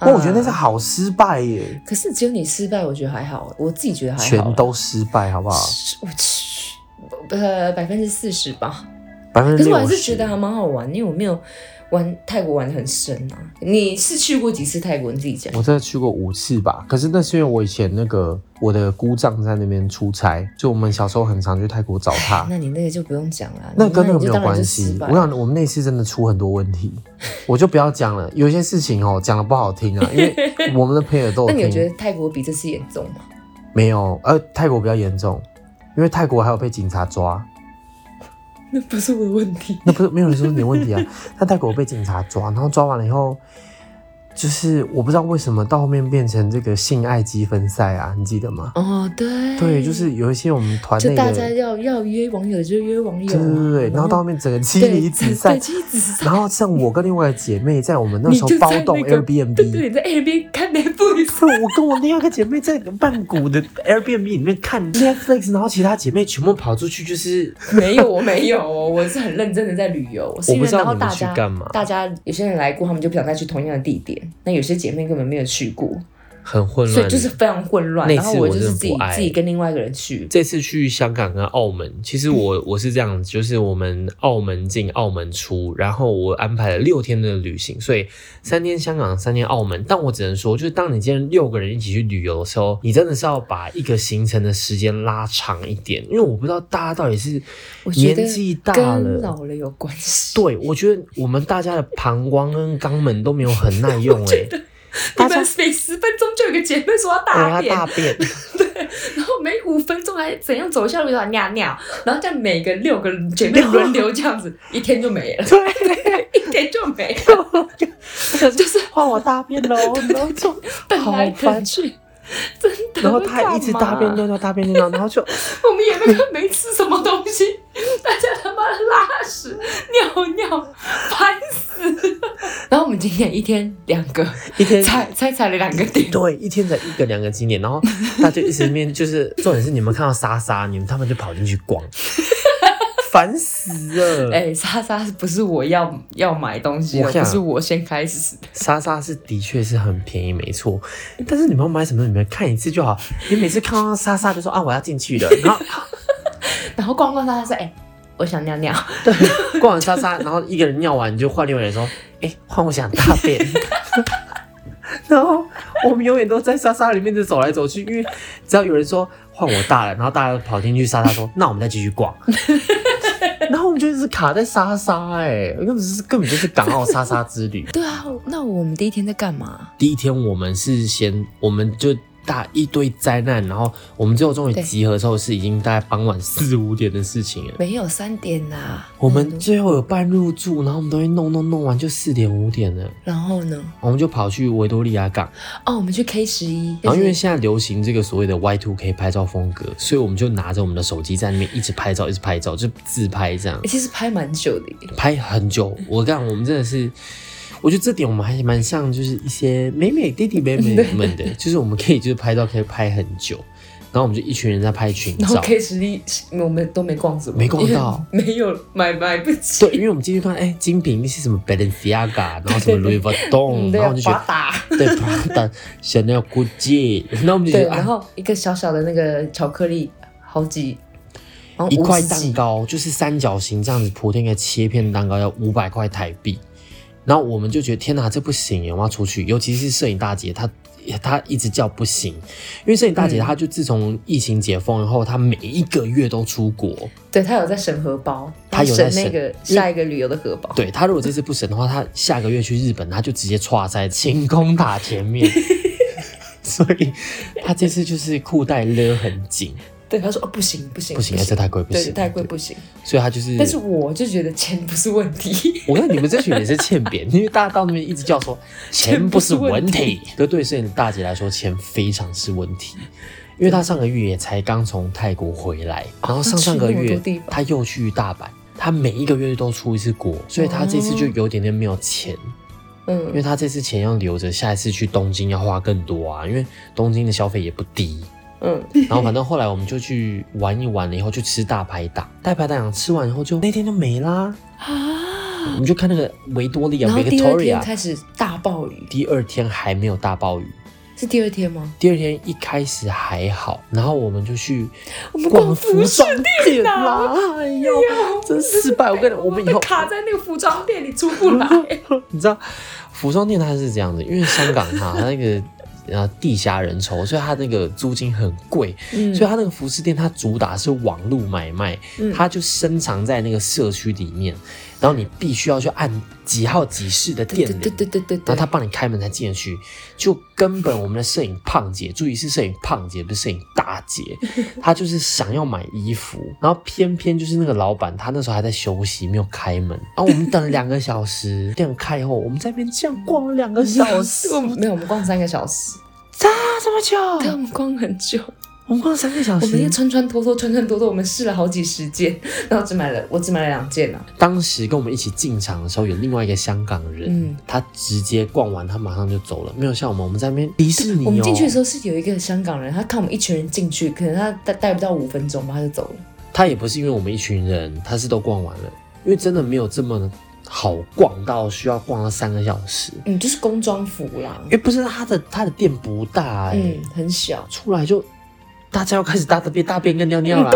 Speaker 4: 哇、
Speaker 5: 嗯
Speaker 4: 我觉得那次好失败耶，
Speaker 5: 啊可是只有你失败，我觉得还好，我自己觉得还好，
Speaker 4: 全都失败，好不好？
Speaker 5: 是我去。呃，百分之四十吧，
Speaker 4: 百分
Speaker 5: 可
Speaker 4: 之
Speaker 5: 是我还
Speaker 4: 六
Speaker 5: 是觉得还
Speaker 4: 十。
Speaker 5: 蛮好玩，因为我没有玩泰国玩的很深啊。你是去过几次泰国？你自己讲。
Speaker 4: 我真的去过五次吧，可是那是因为我以前那个我的姑丈在那边出差，就我们小时候很常去泰国找他。
Speaker 5: 那你那个就不用讲了，
Speaker 4: 那跟那
Speaker 5: 那你
Speaker 4: 个没
Speaker 5: 就
Speaker 4: 有
Speaker 5: 当然
Speaker 4: 关
Speaker 5: 就
Speaker 4: 系
Speaker 5: 失。败
Speaker 4: 我想我们那次真的出很多问题，我就不要讲了。有一些事情哦，讲的不好听啊，因为我们的朋友都
Speaker 5: 那
Speaker 4: 有
Speaker 5: 你有觉
Speaker 4: 听。
Speaker 5: 得泰国比这次严重吗？
Speaker 4: 没有，呃，泰国比较严重，因为泰国还有被警察抓。
Speaker 5: 那不是我的问题。
Speaker 4: 那不是没有人说你的问题啊，但泰国被警察抓，然后抓完了以后，就是我不知道为什么到后面变成这个性爱积分赛啊，你记得吗？
Speaker 5: 哦，对，
Speaker 4: 对，就是有一些我们团
Speaker 5: 就
Speaker 4: 内
Speaker 5: 大家
Speaker 4: 的，
Speaker 5: 要要约网友就约网友
Speaker 4: 对
Speaker 5: 啊，
Speaker 4: 对对对，然后到后面整个妻
Speaker 5: 对
Speaker 4: 离子散
Speaker 5: 对，妻离子散
Speaker 4: 然后像我跟另外一个姐妹，在我们那
Speaker 5: 你
Speaker 4: 时候
Speaker 5: 就
Speaker 4: 包
Speaker 5: 在
Speaker 4: 栋
Speaker 5: 那个
Speaker 4: Airbnb，
Speaker 5: 对对，你在 A 边看 Netflix，
Speaker 4: 不是我跟我另外一个姐妹在曼谷的 Airbnb 里面看 Netflix，然后其他姐妹全部跑出去，就是
Speaker 5: 没有，我没有，我是很认真的在旅游，是因
Speaker 4: 不
Speaker 5: 为
Speaker 4: 知道
Speaker 5: 然后
Speaker 4: 你们
Speaker 5: 大
Speaker 4: 去
Speaker 5: 家
Speaker 4: 干嘛
Speaker 5: 大家有些人来过，他们就不想再去同样的地点，那有些姐妹根本没有去过，
Speaker 4: 很混
Speaker 5: 所
Speaker 4: 乱
Speaker 5: 以。就是非常混乱。
Speaker 4: 那
Speaker 5: 然后
Speaker 4: 次
Speaker 5: 我
Speaker 4: 我
Speaker 5: 就是
Speaker 4: 真的
Speaker 5: 自
Speaker 4: 不
Speaker 5: 己
Speaker 4: 爱
Speaker 5: 自己跟另外一个人去，
Speaker 4: 这次去香港跟澳门，其实
Speaker 5: 嗯
Speaker 4: 我我是这样子，就是我们澳门进澳门出，然后我安排了六天的旅行，所以三天香港，三天澳门。但我只能说，就是当你今天六个人一起去旅游的时候，你真的是要把一个行程的时间拉长一点，因为我不知道大家到底是
Speaker 5: 我觉得
Speaker 4: 年纪大
Speaker 5: 跟老
Speaker 4: 了。
Speaker 5: 了有关系。
Speaker 4: 对，我觉得我们大家的膀胱跟肛门都没有很耐 用哎、
Speaker 5: 你们每十分钟就有一个姐妹说要
Speaker 4: 我
Speaker 5: 大
Speaker 4: 要
Speaker 5: 便，
Speaker 4: 哎大便，
Speaker 5: 对，然后每五分钟还怎样走下路要尿尿，然后再每个六个姐妹轮流这样子，一天就没了，对， 一天就没了， 就是
Speaker 4: 换我大便喽，然后就
Speaker 5: 本来
Speaker 4: 好
Speaker 5: 可
Speaker 4: 烦
Speaker 5: 去，真的。
Speaker 4: 然后他一直
Speaker 5: 啊
Speaker 4: 大便尿，尿大便尿尿，然后就
Speaker 5: 我们也没有没吃什么东西，大家他妈的拉屎尿尿，烦死了。 然后我们今天一天两个，
Speaker 4: 一天
Speaker 5: 才才踩了两个点，
Speaker 4: 对，一天才一个两个景点，然后大家就一直面就是，重点是你们看到莎莎，你们他们就跑进去 逛，烦死了。
Speaker 5: 哎、莎莎不是我要要买东西
Speaker 4: 我
Speaker 5: 的，
Speaker 4: 想
Speaker 5: 不是我先开始的。
Speaker 4: 莎莎是的确是很便宜，没错，但是你们要买什么，你们看一次就好。你每次看到莎莎就说啊我要进去了，然后
Speaker 5: 然后逛逛莎莎说：“哎、我想尿尿。
Speaker 4: 对， 逛完莎莎，然后一个人尿完你就换另外一个人说，哎、换我想大便。 然后我们永远都在莎莎里面就走来走去，因为只要有人说换我大了，然后大家跑进去莎莎说，那 我们再继续逛。然后我们就一直卡在莎莎、哎，根本就是根本就是港澳莎莎之旅”。
Speaker 5: 对啊，那我们第一天在干嘛？
Speaker 4: 第一天我们是先，我们就大一堆灾难，然后我们最后终于
Speaker 5: 对
Speaker 4: 集合之后是已经大概傍晚四五点的事情了。
Speaker 5: 没有三点啦、
Speaker 4: 我们最后有办入住，然后我们都会弄弄弄完就四点五点了，
Speaker 5: 然后呢？
Speaker 4: 我们就跑去维多利亚港。
Speaker 5: 哦，我们去 K 十一，
Speaker 4: 然后因为现在流行这个所谓的 Y two K 拍照风格，所以我们就拿着我们的手机在那边一直拍照，一直拍照，就自拍这样
Speaker 5: 欸，其实拍蛮久的耶。
Speaker 4: 拍很久。我跟你讲我们真的是。我觉得这点我们还蛮像，就是一些美美弟弟妹妹们 的，就是我们可以就是拍照可以拍很久，然后我们就一群人在拍群
Speaker 5: 然后
Speaker 4: 照，
Speaker 5: K 十一我们都没逛什么，
Speaker 4: 没逛到，
Speaker 5: 没有买买不起。
Speaker 4: 对，因为我们进去看，哎、精品那些什么 Balenciaga，然后什么 Louis
Speaker 5: 嗯
Speaker 4: Vuitton，
Speaker 5: 对
Speaker 4: 然后我就觉
Speaker 5: 华达
Speaker 4: 得，对 Prada、Chanel、Gucci，然后我们就觉
Speaker 5: 对，
Speaker 4: 得
Speaker 5: 然
Speaker 4: 啊，
Speaker 5: 后一个小小的那个巧克力，好几，好像
Speaker 4: 一块
Speaker 5: 50
Speaker 4: 蛋糕就是三角形这样子铺成一个切片蛋糕要五百块台币，然后我们就觉得天哪，这不行耶，我要出去，尤其是摄影大姐她。她一直叫不行，因为摄影大姐
Speaker 5: 嗯
Speaker 4: 她就自从疫情解封以后，她每一个月都出国，
Speaker 5: 对他有在审荷包，
Speaker 4: 他有在
Speaker 5: 审那
Speaker 4: 审
Speaker 5: 个下一个旅游的荷包。
Speaker 4: 对他如果这次不审的话，他下个月去日本，他就直接歘在晴空塔 前面。所以他这次就是裤带勒很紧，
Speaker 5: 对，他说哦不行不行
Speaker 4: 不行，这太贵，不
Speaker 5: 对
Speaker 4: 行，
Speaker 5: 太贵不行。
Speaker 4: 所以他就是，
Speaker 5: 但是我就觉得钱不是问题，
Speaker 4: 我看你们这群也是欠扁，因为大家到那边一直叫说 钱不是问题，可对摄影大姐来说，钱非常是问题。因为她上个月也才刚从泰国回来，然后上上个
Speaker 5: 她去那么
Speaker 4: 月
Speaker 5: 多地方
Speaker 4: 她又去大阪，她每一个月都出一次国，所以她这次就有点点没有钱。因为
Speaker 5: 嗯，
Speaker 4: 他这次钱要留着，下一次去东京要花更多啊，因为东京的消费也不低。
Speaker 5: 嗯，
Speaker 4: 然后反正后来我们就去玩一玩了，以后去吃大排档，大排档吃完以后就那天就没啦。我们就看那个维多利亚
Speaker 5: 啊然后第二天
Speaker 4: Victoria，
Speaker 5: 开始大暴雨，
Speaker 4: 第二天还没有大暴雨，
Speaker 5: 是第二天吗？
Speaker 4: 第二天一开始还好，然后我们就去
Speaker 5: 我们
Speaker 4: 逛
Speaker 5: 逛
Speaker 4: 服
Speaker 5: 服
Speaker 4: 装
Speaker 5: 饰
Speaker 4: 店
Speaker 5: 店
Speaker 4: 啦
Speaker 5: 啊！
Speaker 4: 哎呦，真失败！我跟你讲，我们以
Speaker 5: 被
Speaker 4: 后
Speaker 5: 卡在那个服装店里出不来，
Speaker 4: 你知道，服装店它是这样子，因为香港哈，它那个呃地下人稠，所以它那个租金很贵，
Speaker 5: 嗯
Speaker 4: 所以它那个服饰店它主打是网络买卖，
Speaker 5: 嗯
Speaker 4: 它就深藏在那个社区里面，然后你必须要去按几号几室的
Speaker 5: 对
Speaker 4: 店
Speaker 5: 对
Speaker 4: 里。
Speaker 5: 对对对
Speaker 4: 然后
Speaker 5: 对
Speaker 4: 他，帮你开门才进得去，就根本我们的摄影胖姐，注意是摄影胖姐，不是摄影大 姐，她就是想要买衣服，然后偏偏就是那个老板，他那时候还在休息，没有开门，然后我们等了两个小时，店开以后，我们在那边这样逛了两个小 时，
Speaker 5: 我们没有，我们逛三个小时，
Speaker 4: 这么
Speaker 5: 对，我
Speaker 4: 久，
Speaker 5: 们逛很久。
Speaker 4: 我们逛了三个小
Speaker 5: 我们
Speaker 4: 时
Speaker 5: 要。穿穿脱脱，穿穿脱脱，我们试了好几十件，然后只买了，我只买了两件啊。
Speaker 4: 当时跟我们一起进场的时候，有另外一个香港人，
Speaker 5: 嗯
Speaker 4: 他直接逛完，他马上就走了，没有像我们，我们在那边迪士尼、哦，
Speaker 5: 我们进去的时候是有一个香港人，他看我们一群人进去，可能他待待不到五分钟吧，他就走了。
Speaker 4: 他也不是因为我们一群人，他是都逛完了，因为真的没有这么好逛到需要逛到三个小时，
Speaker 5: 嗯，就是工装服啦
Speaker 4: 因，为不是它的它的店不大哎、
Speaker 5: 嗯，很小，
Speaker 4: 出来就大家要开始大便大便跟尿尿啦，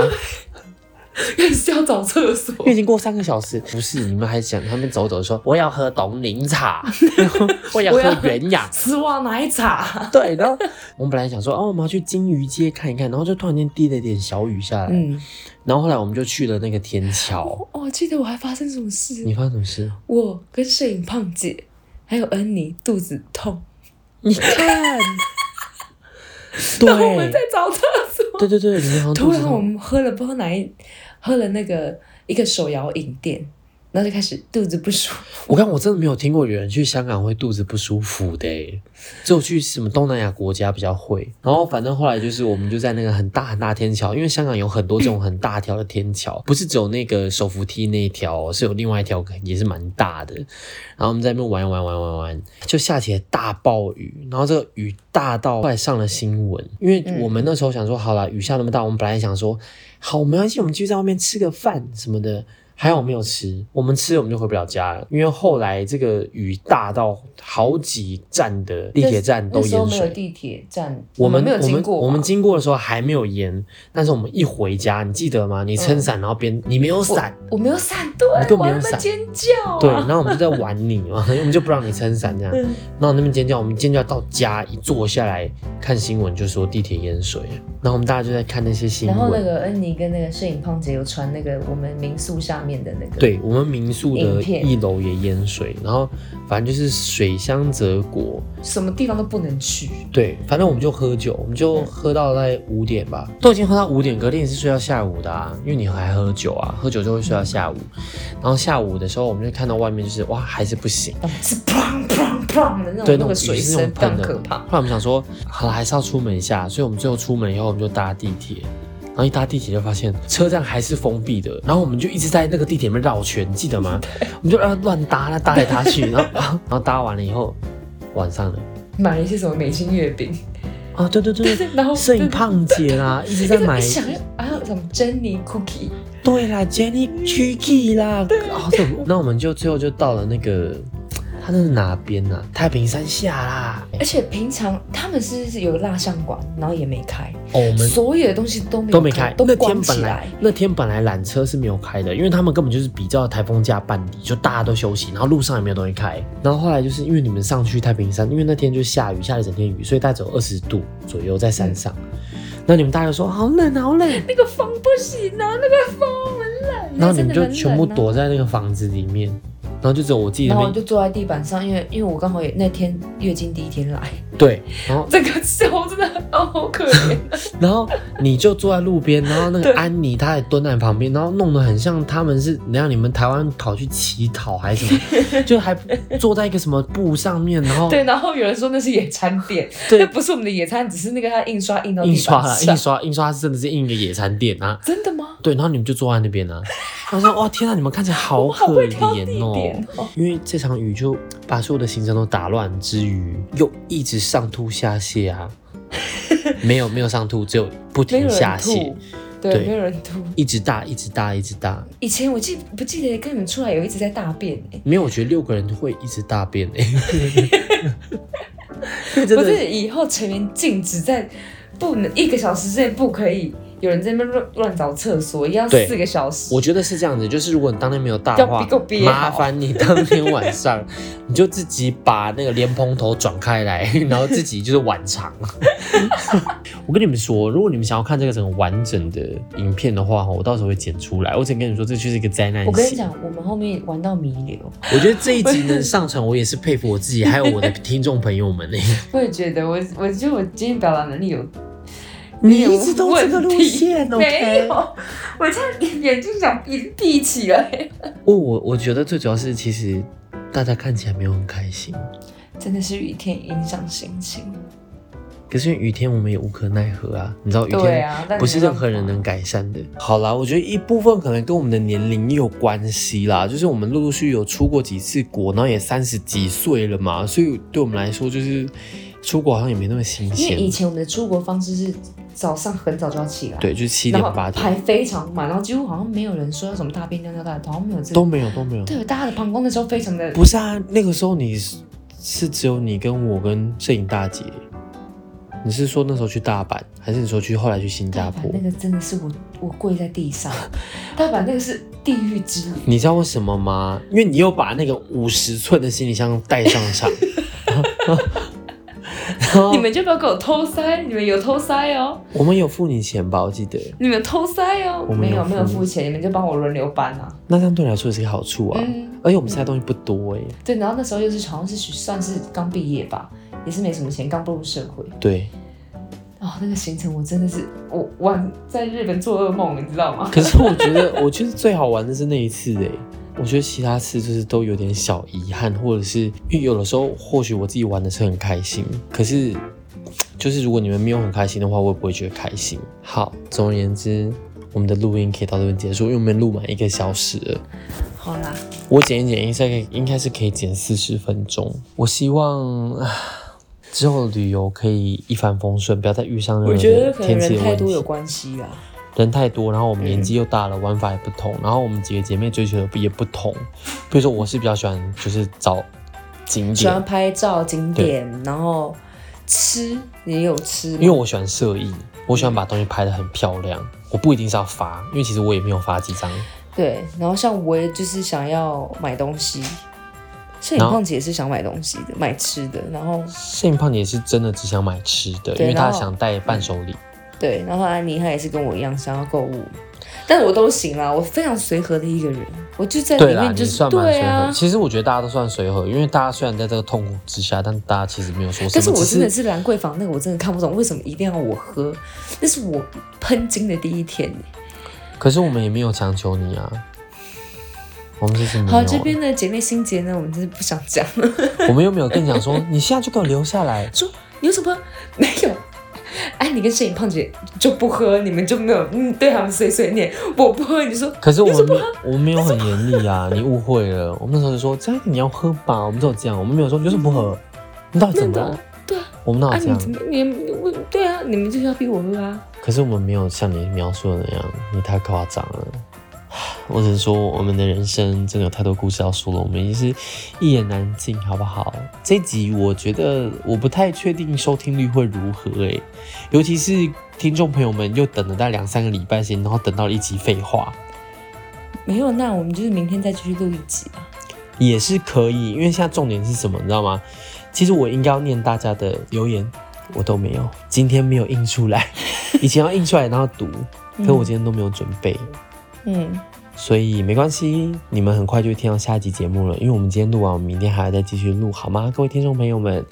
Speaker 5: 也是要找厕所
Speaker 4: 因。为已经过三个小时。不是你们还讲他们走走说我要喝冻柠 茶，然后我要
Speaker 5: 我要
Speaker 4: 喝原雅
Speaker 5: 丝袜奶茶，
Speaker 4: 对，然后我们本来想说，哦，我们要去金鱼街看一看，然后就突然间滴了一点小雨下来，
Speaker 5: 嗯，
Speaker 4: 然后后来我们就去了那个天桥。
Speaker 5: 哦，我记得我还发生什么事
Speaker 4: 你，发生什么事？
Speaker 5: 我跟摄影胖姐还有恩妮肚子痛，
Speaker 4: 你 看，
Speaker 5: 然后我们在
Speaker 4: 对，
Speaker 5: 找厕所，
Speaker 4: 对对对，你好像
Speaker 5: 突
Speaker 4: 肚子
Speaker 5: 然我
Speaker 4: 痛，
Speaker 5: 们喝了不知道哪一，喝了那个一个手摇饮店，然后就开始肚子不舒服，
Speaker 4: 我看我真的没有听过有人去香港会肚子不舒服的欸，只有去什么东南亚国家比较会。然后反正后来就是我们就在那个很大很大天桥，因为香港有很多这种很大条的天桥，不是只有那个手扶梯那一条哦，是有另外一条也是蛮大的。然后我们在那边玩玩玩玩玩，就下起了大暴雨，然后这个雨大到快上了新闻，因为
Speaker 5: 嗯
Speaker 4: 我们那时候想说，好了，雨下那么大，我们本来想说，好，没关系，我们继续在外面吃个饭什么的。还好没有吃，我们吃了我们就回不了家了，因为后来这个雨大到好几站的地铁站都
Speaker 5: 那时候
Speaker 4: 淹
Speaker 5: 没有
Speaker 4: 水，
Speaker 5: 地铁站，
Speaker 4: 我们
Speaker 5: 没有
Speaker 4: 我
Speaker 5: 经
Speaker 4: 们
Speaker 5: 过吧，
Speaker 4: 我们经过的时候还没有淹，但是我们一回家，你记得吗？你撑
Speaker 5: 嗯
Speaker 4: 伞，然后边你没有伞，
Speaker 5: 我没有闪，对，
Speaker 4: 你根本
Speaker 5: 我
Speaker 4: 没
Speaker 5: 还
Speaker 4: 有
Speaker 5: 在
Speaker 4: 闪
Speaker 5: 尖叫、啊，
Speaker 4: 对，然后我们就在玩你嘛， 我们就不让你撑伞这样，
Speaker 5: 嗯
Speaker 4: 然后那边尖叫，我们尖叫到家一坐下来看新闻就说地铁淹水，然后我们大家就在看那些新
Speaker 5: 然
Speaker 4: 闻，
Speaker 5: 后那个恩妮跟那个摄影胖姐有传那个我们民宿下面的那个，
Speaker 4: 对我们民宿
Speaker 5: 影
Speaker 4: 的
Speaker 5: 片
Speaker 4: 一楼也淹水，然后反正就是水乡泽国，
Speaker 5: 什么地方都不能去，
Speaker 4: 对，反正我们就喝酒，我们就喝到在五点吧，都已经喝到五点，隔天也是睡到下午的啊，因为你还喝酒啊，喝酒就会睡到下午，然后下午的时候我们就看到外面就是哇还是不行，
Speaker 5: 然后是砰砰砰的那种，
Speaker 4: 对，
Speaker 5: 那
Speaker 4: 那
Speaker 5: 个
Speaker 4: 种
Speaker 5: 水
Speaker 4: 雨是那
Speaker 5: 声
Speaker 4: 种
Speaker 5: 非常
Speaker 4: 喷的。
Speaker 5: 可怕
Speaker 4: 后。来我们想说，好了，还是要出门一下，所以我们最后出门以后，我们就搭地铁。然后一搭地铁就发现车站还是封闭的，然后我们就一直在那个地铁里面绕圈，记得吗？我们就让它乱搭，那搭来搭去，然后然后搭完了以后，晚上了
Speaker 5: 买了一些什么美心月饼，
Speaker 4: 啊，对对对对，
Speaker 5: 然后
Speaker 4: 摄影胖姐啦，一直在买
Speaker 5: 一，想要还有什么珍妮 cookie，
Speaker 4: 对啦，Jenny Chicky 啦，啊，这那我们就最后就到了那个，它那是哪边啊？太平山下啦，
Speaker 5: 而且平常他们是是有蜡像馆，然后也没开，
Speaker 4: 哦，我们
Speaker 5: 所有的东西都没有
Speaker 4: 都没开。
Speaker 5: 都
Speaker 4: 那
Speaker 5: 关
Speaker 4: 天
Speaker 5: 起
Speaker 4: 本
Speaker 5: 来
Speaker 4: 来。那天本来缆车是没有开的，因为他们根本就是比较台风假办理，就大家都休息，然后路上也没有东西开。然后后来就是因为你们上去太平山，因为那天就下雨，下了一整天雨，所以大概只有二十度左右在
Speaker 5: 嗯
Speaker 4: 山上。那你们大家就说好冷啊好冷，
Speaker 5: 那个风不行啊，那个风很冷、啊，
Speaker 4: 然后你
Speaker 5: 真
Speaker 4: 们
Speaker 5: 的
Speaker 4: 就
Speaker 5: 很冷
Speaker 4: 全部
Speaker 5: 啊
Speaker 4: 躲在那个房子里面，然后就只有我自己在
Speaker 5: 然后
Speaker 4: 那
Speaker 5: 我就
Speaker 4: 边
Speaker 5: 坐在地板上，因为因为我刚好也那天月经第一天来，
Speaker 4: 对，然后
Speaker 5: 这个手真的哦好可 怜，
Speaker 4: 然后你就坐在路边，然后那
Speaker 5: 对
Speaker 4: 个安妮她也蹲在旁边，然后弄得很像他们是，你让你们台湾跑去乞讨还是 什么，就还坐在一个什么布上面，然后
Speaker 5: 对，然后有人说那是野餐垫，
Speaker 4: 哦对
Speaker 5: 那不是我们的野餐，只是那个它印刷印到地
Speaker 4: 印
Speaker 5: 板
Speaker 4: 刷啦，
Speaker 5: 上
Speaker 4: 印刷印刷是真的是印一个野餐垫啊，
Speaker 5: 真的吗？
Speaker 4: 对，然后你们就坐在那 边啊，我说哇天啊，你们看起来好
Speaker 5: 我好
Speaker 4: 可
Speaker 5: 会挑地
Speaker 4: 怜哦
Speaker 5: 点，哦，
Speaker 4: 因为这场雨就把所有的行程都打乱之余，又一直上吐下泻 啊，没有没有上吐，只有不
Speaker 5: 哦没有
Speaker 4: 停下
Speaker 5: 人
Speaker 4: 泻
Speaker 5: 吐，，对，
Speaker 4: 对
Speaker 5: 没有人吐。
Speaker 4: 一直大一直大一直大，
Speaker 5: 以前我记不记得跟你们出来有一直在大便欸
Speaker 4: 没有，我觉得六个人会一直大便 哎、因为真
Speaker 5: 不
Speaker 4: 的
Speaker 5: 是以后成员禁止在不能一个小时之内不可以有人在那边乱乱找厕所，要
Speaker 4: 对
Speaker 5: 四个小时。
Speaker 4: 我觉得是这样子，就是如果你当天没有大
Speaker 5: 要
Speaker 4: 的话
Speaker 5: 逼够憋，好
Speaker 4: 麻烦你当天晚上你就自己把那个莲蓬头转开来， 然后自己就是晚长。 我跟你们说，如果你们想要看这个整个完整的影片的话，我到时候会剪出来。我只能跟你说，这就是一个灾难
Speaker 5: 我跟你
Speaker 4: 型
Speaker 5: 讲，我们后面玩到弥留，
Speaker 4: 我觉得这一集能上传，我也是佩服我自己，还有我的听众朋友们呢、 欸
Speaker 5: 我也觉得我，我觉得我今天表达能力有，
Speaker 4: 你一直都这个路线
Speaker 5: 有问题
Speaker 4: OK
Speaker 5: 没有，我这样眼睛想闭闭起来，
Speaker 4: 我我我觉得最主要是，其实大家看起来没有很开心，
Speaker 5: 真的是雨天影响心情。
Speaker 4: 可是因为雨天我们也无可奈何啊，你知道雨
Speaker 5: 对
Speaker 4: 天
Speaker 5: 啊但
Speaker 4: 不是任何
Speaker 5: 没办
Speaker 4: 人
Speaker 5: 法
Speaker 4: 能改善的。好啦，我觉得一部分可能跟我们的年龄也有关系啦，就是我们陆陆续续有出过几次国，然后也三十几岁了嘛，所以对我们来说就是出国好像也没那么新
Speaker 5: 因为以
Speaker 4: 鲜。
Speaker 5: 前我们的出国方式是早上很早就要起来，
Speaker 4: 对，就是七
Speaker 5: 然
Speaker 4: 点
Speaker 5: 后
Speaker 4: 八
Speaker 5: 排
Speaker 4: 点
Speaker 5: 非常满，然后几乎好像没有人说要什么大便尿尿大的，好像没有这
Speaker 4: 都
Speaker 5: 个。
Speaker 4: 没有都没有。
Speaker 5: 对，大家的膀胱那时候非常的
Speaker 4: 不是啊，那个时候你是是只有你跟我跟摄影大姐，你是说那时候去大阪，还是你说去后来去新加
Speaker 5: 大阪
Speaker 4: 坡？
Speaker 5: 那个真的是我我跪在地 上，大阪那个是地狱之旅。
Speaker 4: 你知道为什么吗？因为你又把那个五十寸的行李箱带上场，然后
Speaker 5: 你们就不要给我偷塞，你们有偷塞哦，
Speaker 4: 我们有付你钱吧？我记得，
Speaker 5: 你们偷塞哦，
Speaker 4: 我们
Speaker 5: 没
Speaker 4: 有
Speaker 5: 有没有
Speaker 4: 付
Speaker 5: 付钱，你们就帮我轮流搬啊。
Speaker 4: 那这样对你来说也是个好处啊。
Speaker 5: 嗯，
Speaker 4: 而且我们塞的东西不多哎、
Speaker 5: 对，然后那时候又是好像是算是刚毕业吧，也是没什么钱，刚步入社会。
Speaker 4: 对。
Speaker 5: 哦，那个行程我真的是我晚在日本做噩梦，你知道吗？
Speaker 4: 可是我觉得， 我觉得最好玩的是那一次哎、我觉得其他次就是都有点小遗憾，或者是因为有的时候或许我自己玩的是很开心，可是就是如果你们没有很开心的话，我也不会觉得开心。好，总而言之，我们的录音可以到这边结束，因为我们录满一个小时了。
Speaker 5: 好啦，
Speaker 4: 我剪一剪，应该可以应该是可以剪四十分钟。我希望啊之后旅游可以一帆风顺，不要再遇上任何
Speaker 5: 我
Speaker 4: 的
Speaker 5: 觉得可能
Speaker 4: 天气
Speaker 5: 人
Speaker 4: 的
Speaker 5: 太
Speaker 4: 问
Speaker 5: 多有
Speaker 4: 题。
Speaker 5: 关系啊啦。
Speaker 4: 人太多，然后我们年纪又大了，玩法也不同，然后我们几个姐妹追求的不也不同。比如说，我是比较喜欢就是找景
Speaker 5: 喜欢
Speaker 4: 点，
Speaker 5: 拍照景点，然后吃也有吃嘛，
Speaker 4: 因为我喜欢摄影，我喜欢把东西拍得很漂亮。我不一定是要发，因为其实我也没有发几张。
Speaker 5: 对，然后像我也就是想要买东西，摄影
Speaker 4: 然后
Speaker 5: 胖姐也是想买东西的，买吃的，然后
Speaker 4: 摄影胖姐是真的只想买吃的，
Speaker 5: 对
Speaker 4: 因为她
Speaker 5: 然后
Speaker 4: 想带伴手礼。
Speaker 5: 对，然后安妮她也是跟我一样想要购物，但我都行啦，我非常随和的一个人，我就在
Speaker 4: 对
Speaker 5: 里
Speaker 4: 啦，
Speaker 5: 面
Speaker 4: 你
Speaker 5: 就是
Speaker 4: 算蛮随
Speaker 5: 对
Speaker 4: 和。
Speaker 5: 啊，
Speaker 4: 其实我觉得大家都算随和，因为大家虽然在这个痛苦之下，但大家其实没有说什
Speaker 5: 但
Speaker 4: 么。
Speaker 5: 是我
Speaker 4: 只
Speaker 5: 真的是兰桂坊那个，我真的看不懂为什么一定要我喝，那是我喷金的第一天。
Speaker 4: 嗯可是我们也没有强求你啊。我们其实没有
Speaker 5: 好，
Speaker 4: 啊，
Speaker 5: 这边的姐妹心结呢，我们真的不想讲了。
Speaker 4: 我们又没有跟你讲说，你现在就给我留下来。
Speaker 5: 说有什么没有？ 哎，你跟摄影胖姐就不喝，你们就没有嗯对他们碎碎念。我不喝，你说
Speaker 4: 可是我们没我们没有很严厉啊，你误会了。我们那时候就说，这样你要喝吧，我们只有这样，我们没有说有什么不喝，你到底怎么了？
Speaker 5: 对啊，
Speaker 4: 我们哪
Speaker 5: 啊，
Speaker 4: 有这
Speaker 5: 你
Speaker 4: 样？
Speaker 5: 怎么你你我对啊，你们就是要逼我喝啊。
Speaker 4: 可是我们没有像你描述的那样，你太夸张了。 我只能说，我们的人生真的有太多故事要说了，我们也是一言难尽，好不好？这集我觉得我不太确定收听率会如何诶、尤其是听众朋友们又等了大概两三个礼拜先，然后等到了一集废话
Speaker 5: 没有，那我们就是明天再继续录一集啊。
Speaker 4: 也是可以，因为现在重点是什么，你知道吗？其实我应该要念大家的留言，我都没有，今天没有印出来， 以前要印出来然后读，可我今天都没有准备。
Speaker 5: 嗯，
Speaker 4: 所以没关系，你们很快就会听到下一集节目了，因为我们今天录完，我们明天还要再继续录，好吗？各位听众朋友们，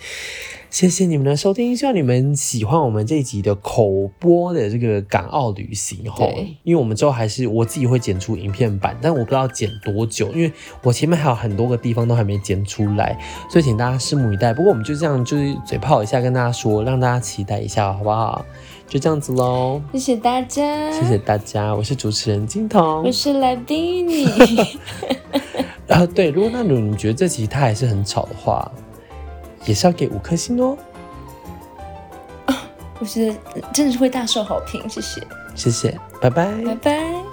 Speaker 4: 谢谢你们的收听，希望你们喜欢我们这一集的口播的这个港澳旅行吼
Speaker 5: 对，
Speaker 4: 因为我们之后还是我自己会剪出影片版，但我不知道剪多久，因为我前面还有很多个地方都还没剪出来，所以请大家拭目以待。不过我们就这样，就是嘴炮一下跟大家说，让大家期待一下，好不好？就这样子喽，
Speaker 5: 谢谢大家，
Speaker 4: 谢谢，大家，我是主持人金童，
Speaker 5: 我是来宾你。
Speaker 4: 然后呃对，如果那如果你觉得这集它还是很吵的话，也是要给五颗星哦，
Speaker 5: 我觉得真的是会大受好评，谢谢，
Speaker 4: 嗯谢谢，拜拜。
Speaker 5: 拜拜。